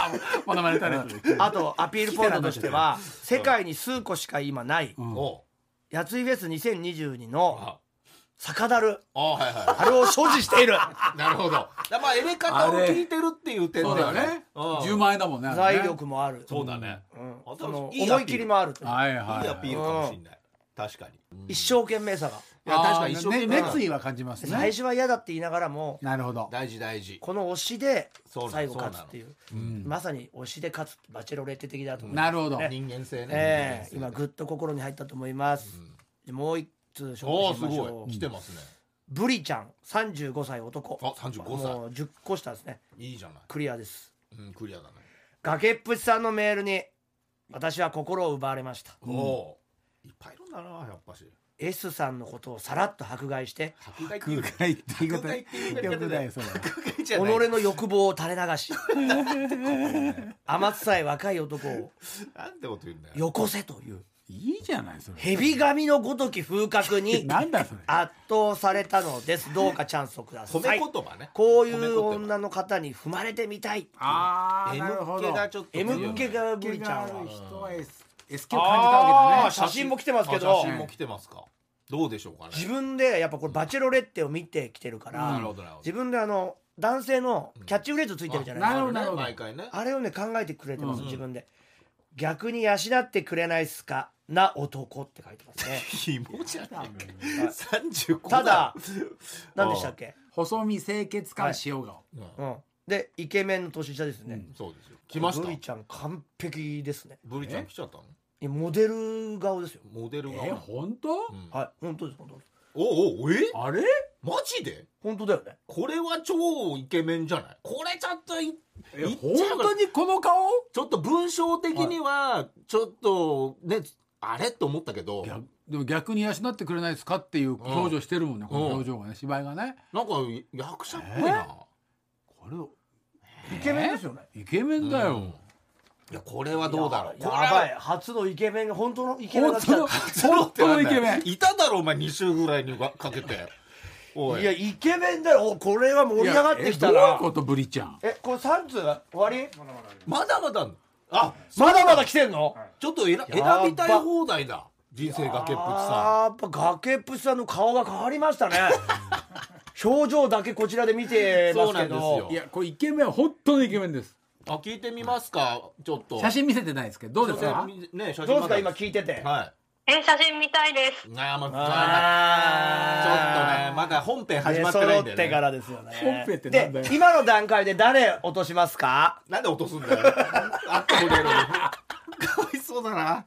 D: モノマネタレントで
B: あとアピールポイントとしては世界に数個しか今ない
C: いお
B: やついフェス2022の酒だる
C: ああはいは
B: あれを所持してい
C: [LAUGHS]
B: る
C: いなるほどだからまあエレ方を聞いてるっていう点だ
D: そう
C: よ
D: だよ
C: ね
D: ね
C: うん
D: 10万円だもんね
B: 財力もある
C: そうだね
B: うん
C: あ
B: その
C: いいア
B: 思
C: ピール
B: い切りもあるという
D: はい
C: い
D: はい
C: いアピールかもしれない確かに
B: 一生懸命さが
C: いや確かに一
D: あー
C: 生懸
D: ね
C: 命
D: 熱意は感じます
B: 最
D: ね
B: 初は嫌だって言いながらも
D: なるほど
C: 大事大事
B: この推しで
C: そうなの
B: 最後勝つっていうまさに推しで勝つバチェロレッテ的だと思います
D: なるほど
C: 人間性ね
B: ええ
C: 人間
B: 今
C: 性
B: ぐっと心に入ったと思います、でもう一通紹
C: お
B: 介
C: おす
B: しましょ
C: ご
B: う
C: い来てますね
B: ブリちゃん35歳男
C: あ35歳
B: もう10個下ですね
C: いいじゃない
B: クリアです
C: うんクリアだね
B: 崖っぷちさんのメールに私は心を奪われました
C: おおいっぱいいるんだなやっぱし
B: S さんのことをさらっと迫害して
C: 迫害ってい
D: 空
C: うか
D: 海っていうこ
C: 迫
D: と
C: 害
D: で
C: っていう
D: よくないそれ
C: 己
B: 己の欲望を垂れ流
C: [LAUGHS]
B: し甘つさい若い男を
C: なんてこと言うんだよ
B: よこせという
D: いいじゃないそれ
B: 蛇神のごとき風格
C: [LAUGHS]
B: に
D: なんだそれ
B: 圧倒されたのですどうかチャンスをくださ
C: 褒
B: い
C: め言葉ね
B: こういう女の方に踏まれてみたい
D: あー
C: M
D: なるほど
C: 系がちょっと
B: M っ気がブリちゃん
D: ある
B: は
D: 人は S, S 級を感じたわ
B: あー
D: け
B: 写真も来てますけ
C: あ
B: ど
C: 写真も来てますかどうでしょうかね
B: 自分でやっぱこれ「バチェロレッテ」を見てきてるか
C: な
B: ら
C: るほどなるほど
B: 自分であの男性のキャッチフレーズついてるじゃないですか
D: なるほどなるほど
C: 毎回ね
B: あれをね考えてくれてます自分で逆に養ってくれないっすかな男って書いてますね
C: ひもじゃないか35
B: ただ何でしたっけ
D: 細身清潔感塩顔
B: うんでイケメンの年下ですね
C: そうですよ来ました
B: ブリちゃん完璧ですね
C: ブリちゃん来ちゃったの
B: いやモデル顔ですよ
C: モデルが
D: え本当、
C: ん
B: はい本当です本当です
C: おおえ
D: あれ
C: マジで
B: 本当だよね
C: これは超イケメンじゃないこれちょっとい
D: え
C: いっ
D: 本
C: ちゃうか
D: 当にこの顔
C: ちょっと文章的にはちょっとねあれと思ったけど
D: いやでも逆に養ってくれないですかっていう表情してるもんね、この表情がね芝居がね
C: なんか役者っぽいな
D: これ
B: イケメンですよね
D: イケメンだよ、
C: うんいやこれはどうだろう
B: い
C: こ
B: や
C: れ
B: やばい
C: は
B: 初のイケメンが本当のイケメンが来
D: 本当の
B: た
D: 本当のイケメン
C: いただろお前2週ぐらいにかけてお
B: いやイケメンだよおこれは盛り上がってきた
D: いやえどうい
B: な
D: うことブリちゃん
B: えこれ3通終わり
C: まだまだあんのあ
B: まだまだ来てんの
C: ちょっとえら選
B: ば
C: びたい放題だ人生崖っぷち
B: あー
C: さ
B: やっぱ崖っぷちさんの顔が変わりま [LAUGHS] したね表情だけこちらで見てますけ
C: そうなんですよ
B: ど
D: いやこれイケメン本当のイケメンです
C: んあ聞いてみますかちょっと
D: 写真見せてないですけどどうですか
C: ね写真
B: どうですか今
C: まだ
B: 聞いてて
C: はい
E: え、写真見たいで
C: あ
E: す。
C: ーまあちょっとね
B: あ
C: まだ本編始ま
B: 出
C: って
B: 揃
C: ない
B: っ
C: んで
B: てか
C: ね
B: らですよね
D: 本編ってなんだよ
B: で今の段階で誰落としますか
C: なんで落とすんだよあったことやるのにかわいそうだな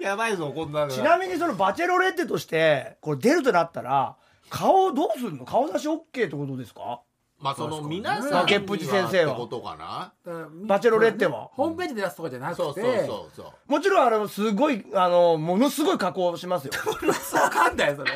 C: やばいぞこんなの
B: ちなみにそのバチェロレッテとしてこれ出るとなったら顔どうするの顔出し OK ってことですか
C: まあその皆さん
B: 崖っぷち先生は
C: ってことかな
B: バチェロレッテは
D: ホームページで出すとかじゃなくて
C: そうそうそうそう
B: もちろんあのすごいあのものすごい加工し [LAUGHS] ますよ
D: わかんだよそれ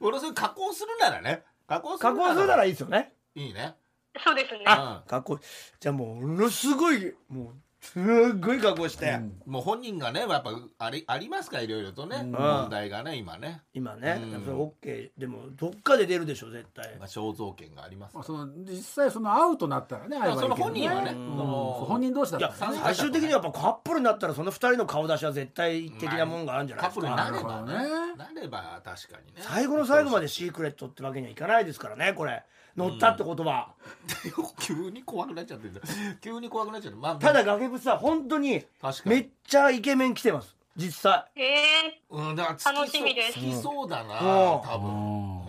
C: 俺それ加工するならね加工する
B: 加
C: なら
B: 工するならいいですよね
C: いいね
E: そうですね。
B: あ加工じゃあもうものすごいもうすっごい加工して、
C: もう本人がねやっぱありありますからいろいろとね問題がね今ね
B: 今ね
C: うん
B: やっぱり OK でもどっかで出るでしょ絶対
C: まあ肖像権があります
D: [LAUGHS]
C: か
D: まあその実際そのアウトになったらね
C: らまあ
D: あ
C: そ
D: れば
C: の
D: いいけど
C: 本人はねそ
D: うん
C: の
D: 本本人同士だ
B: い
D: った
B: や最終的にはやっぱカップルになったらその二人の顔出しは絶対的なもんがあるんじゃない
C: カ
B: で
C: ッ
B: す
C: プル
B: か、
C: になれ
D: な
C: ば
D: るほ
C: ね
D: どね
C: なれば確かにね
B: 最後の最後までシークレットってわけにはいかないですからねこれ乗ったって言葉、
C: [LAUGHS] 急に怖くなっちゃってる急に怖くなっちゃってまあ
B: ただ崖ぶつは本当に
C: 確かに
B: めっちゃイケメン来てます実際
E: ええ
C: うんだから好きそう
E: 楽しみです
C: 好きそう
B: う
C: だな
B: ん
C: 多分うん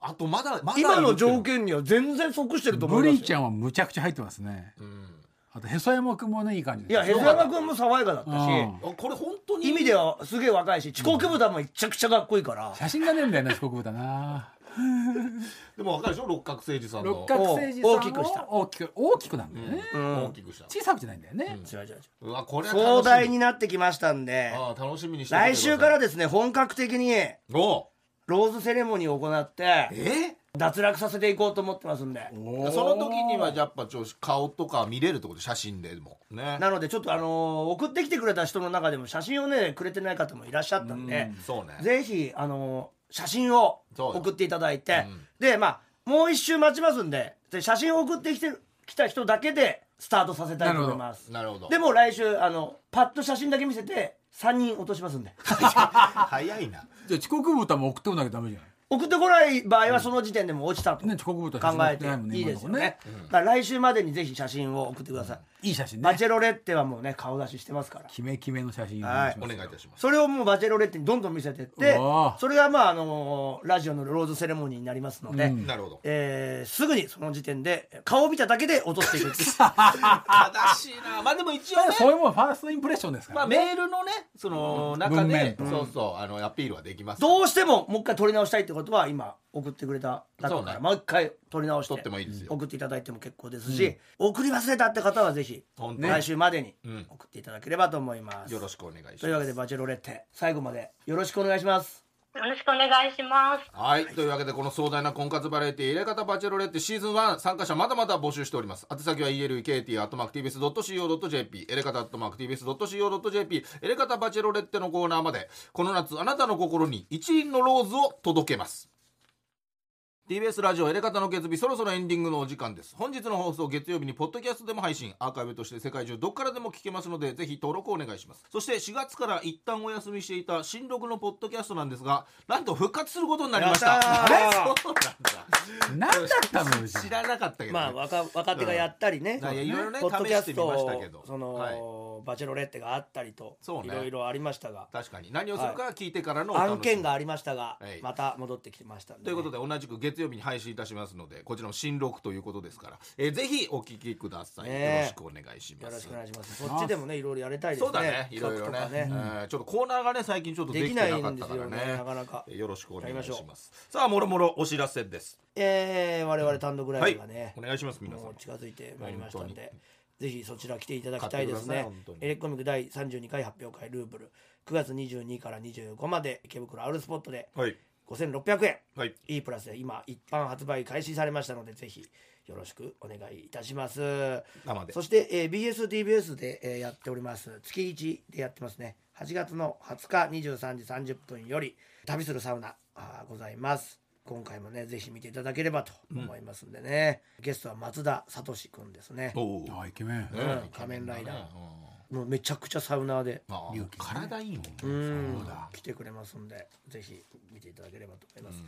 C: あとまだまだ
B: 今の条
C: 状況
B: 件には全然即してると思
D: ブ
B: い
D: リ
B: ま
D: ー
B: す
D: ち
B: よ
D: ゃんはむちゃくちゃ入ってますね
C: うん
D: あとへそ山くんもねいい感じ
B: いや
D: です
B: ヘズヤマ君も爽やかだったし
D: うん
C: あこれ本当に
B: 意味ではすげえ若いし遅刻豚もめちゃくちゃかっこいいから
D: 写真がねえんだよな四国豚な
C: でも分かるでしょ六角誠児さんの
D: 六角誠児さんを
B: 大きくした
D: 大きく大きくなんだよね、
B: うん
C: 大きくした
D: 小さくじゃないんだよね、
B: 違う違う違う
C: うわこれは楽しみ
B: [LAUGHS] 壮大になってきましたんで
C: ああ楽しみにしててください
B: 来週からですね本格的に
C: おう
B: ローズセレモニーを行って
C: え
B: 脱落させていこうと思ってますんで
C: その時にはやっぱちょ顔とか見れるってこと写真でもね
B: なのでちょっとあのー送ってきてくれた人の中でも写真をねくれてない方もいらっしゃったんで
C: そうね
B: ぜひあのー写真を
C: そうよ
B: 送っていただいて
C: うん
B: でまあもう一周待ちますんでで写真を送ってきてきた人だけでスタートさせたいと思います
C: なるほど
B: でも来週あのパッと写真だけ見せて3人落としますんで [LAUGHS]
C: 早いな
D: じゃあ遅刻豚も送ってこなきゃダメじゃない
B: 送ってこない場合はその時点でもう落ちたと
D: ね遅刻豚
B: 考
D: 写真送
B: え
D: ってないもん
B: て
D: ね
B: いいですよね
D: 今のとこ
B: だから来週までにぜひ写真を送ってください
D: いい写真
B: バ
D: ね
B: チェロレッテはもうね顔出ししてますから
D: キメキメの写真
B: はい
C: お願いいたします
B: それをもうバチェロレッテにどんどん見せてって
D: うわ
B: それがまああのーラジオのローズセレモニーになりますので、
D: うん
C: なるほど
B: えーすぐにその時点で顔を見ただけで落としてい
C: [LAUGHS]
B: く
C: 正しいなまあでも一応ね
D: そういうもんファーストインプレッションですか
C: ま
D: ら、
C: あメールのねその中
D: 文
C: で
D: 面
C: そうそうあのアピールはできます
B: どうしてももう一回撮り直したいってことは今送ってくれた中か
C: そうね
B: らもう一回撮り直し
C: 撮っててもいいですよ
B: 送っていただいても結構ですし、送り忘れたって方はぜひ
C: 本当に
B: 来週までに
C: うん
B: 送っていただければと思います、
C: よろしくお願いします
B: というわけでバチェロレッテ最後までよろしくお願いします
E: よろしくお願いします。
C: はい、というわけでこの壮大な婚活バラエティ入れ方バチェロレッテシーズン1参加者まだまだ募集しております宛先は elkt.mactvs.co.jp 入れ方 .mactvs.co.jp 入れ方バチェロレッテのコーナーまでこの夏あなたの心に一輪のローズを届けます TBS ラジオエレカタの月日そろそろエンディングのお時間です本日の放送月曜日にポッドキャストでも配信アーカイブとして世界中どっからでも聞けますのでぜひ登録お願いしますそして4月から一旦お休みしていた新録のポッドキャストなんですがなんと復活することになりました
B: やったー
C: あれそうなん
D: 何だったのよ
C: だ知らなかったけど、ね
B: まあ若若手がやったりね、
C: うんいやいろいろね
B: ポッドキャスト
C: 試してみましたけど
B: その、
C: は
B: バチェロレッテがあったりと
C: そうね
B: いろいろありましたが、
C: 確かに何をするか聞いてからのお楽しみ
B: 案件がありましたが、
C: はい
B: また戻ってきてましたんで、
C: ということで同じく月曜日に配信いたしますのでこちらの新録ということですから、えーぜひお聞きください、
B: ねえ
C: よろしくお願いしま
B: よ
C: す
B: ろしくお願いしますそっちでもねいろいろやりたいですね
C: そうだねいろいろね
B: 企画とかね
C: うんちょっとコーナーがね最近ちょっとできてなかったから
B: できないんですよ
C: ね
B: ねなかなか
C: よろしくお願いし
B: や
C: ま
B: ります
C: さあもろもろお知らせです
B: えー我々単独ラ
C: は
B: イ
C: い
B: ブがね、
C: お願いします皆さん
B: もう近づいてまいりましたん
C: 本
B: でぜひそちら来ていただきたいです
C: 買っ
B: ね
C: てください本当に
B: エレコミック第32回発表会ルーブル9月22から25まで池袋アウルスポットで
C: はい
B: 5600円
C: はい
B: いいプラスで今一般発売開始されましたのでぜひよろしくお願いいたします
C: 生で
B: そして、えー BSDBS で、えーやっております月1でやってますね8月の20日23時30分より旅するサウナあーございます今回もねぜひ見ていただければと思いますんでね、ゲストは松田聡くんですね
C: おお
D: あイケメン
B: うん仮面ライダーもうめちゃくちゃサウナーで
C: あー体いいもんね
B: うん来てくれますんでぜひ見ていただければと思います、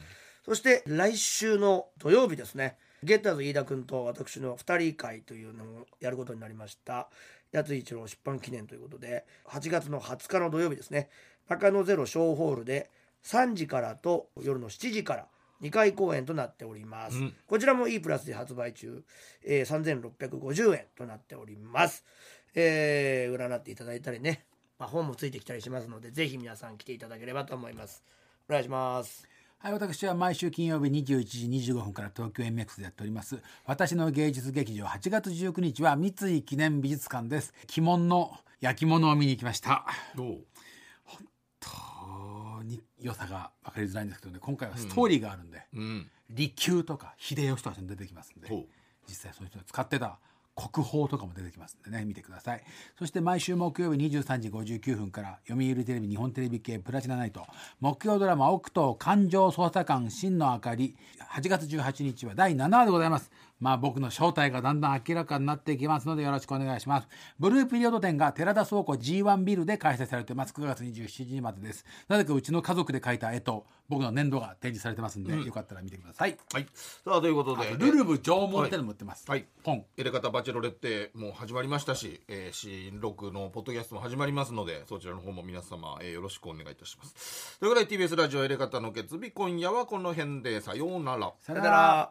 B: そして来週の土曜日ですねゲッターズ飯田君と私の二人会というのをやることになりましたやつ一郎出版記念ということで8月の20日の土曜日ですね中野ゼロ小ホールで3時からと夜の7時から2回公演となっております、
C: うん
B: こちらも E プラスで発売中、えー、3650円となっております、えー占っていただいたりね、まあ、本もついてきたりしますのでぜひ皆さん来ていただければと思いますお願いします
D: はい、私は毎週金曜日21時25分から東京 MX でやっております。私の芸術劇場8月19日は三井記念美術館です。鬼門の焼き物を見に行きました。
C: どう
D: とに良さが分かりづらいんですけどね、今回はストーリーがあるんで、
C: うん
D: 利休とか秀吉とか出てきますんで
C: ほう、
D: 実際その人が使ってた国宝とかも出てきますんでね、見てください。そして毎週木曜日23時59分から、読売テレビ、日本テレビ系プラチナナイト、木曜ドラマ、奥と感情捜査官、真の明かり、8月18日は第7話でございます。まあ僕の正体がだんだん明らかになっていきますのでよろしくお願いしますブルーピリオド展が寺田倉庫 G1 ビルで開催されてます9月27日までですなぜかうちの家族で描いた絵と僕の粘土が展示されてますんで、よかったら見てください
C: はいさあということで
D: ルルブ縄文ってのも売ってます、
C: はい
D: ポン
C: エレカタバチェロレッテもう始まりましたし、えー、新録のポッドキャストも始まりますのでそちらの方も皆様、えー、よろしくお願いいたしますということで TBS ラジオエレカタの月日今夜はこの辺でさようなら
B: さ
D: さ
B: よなら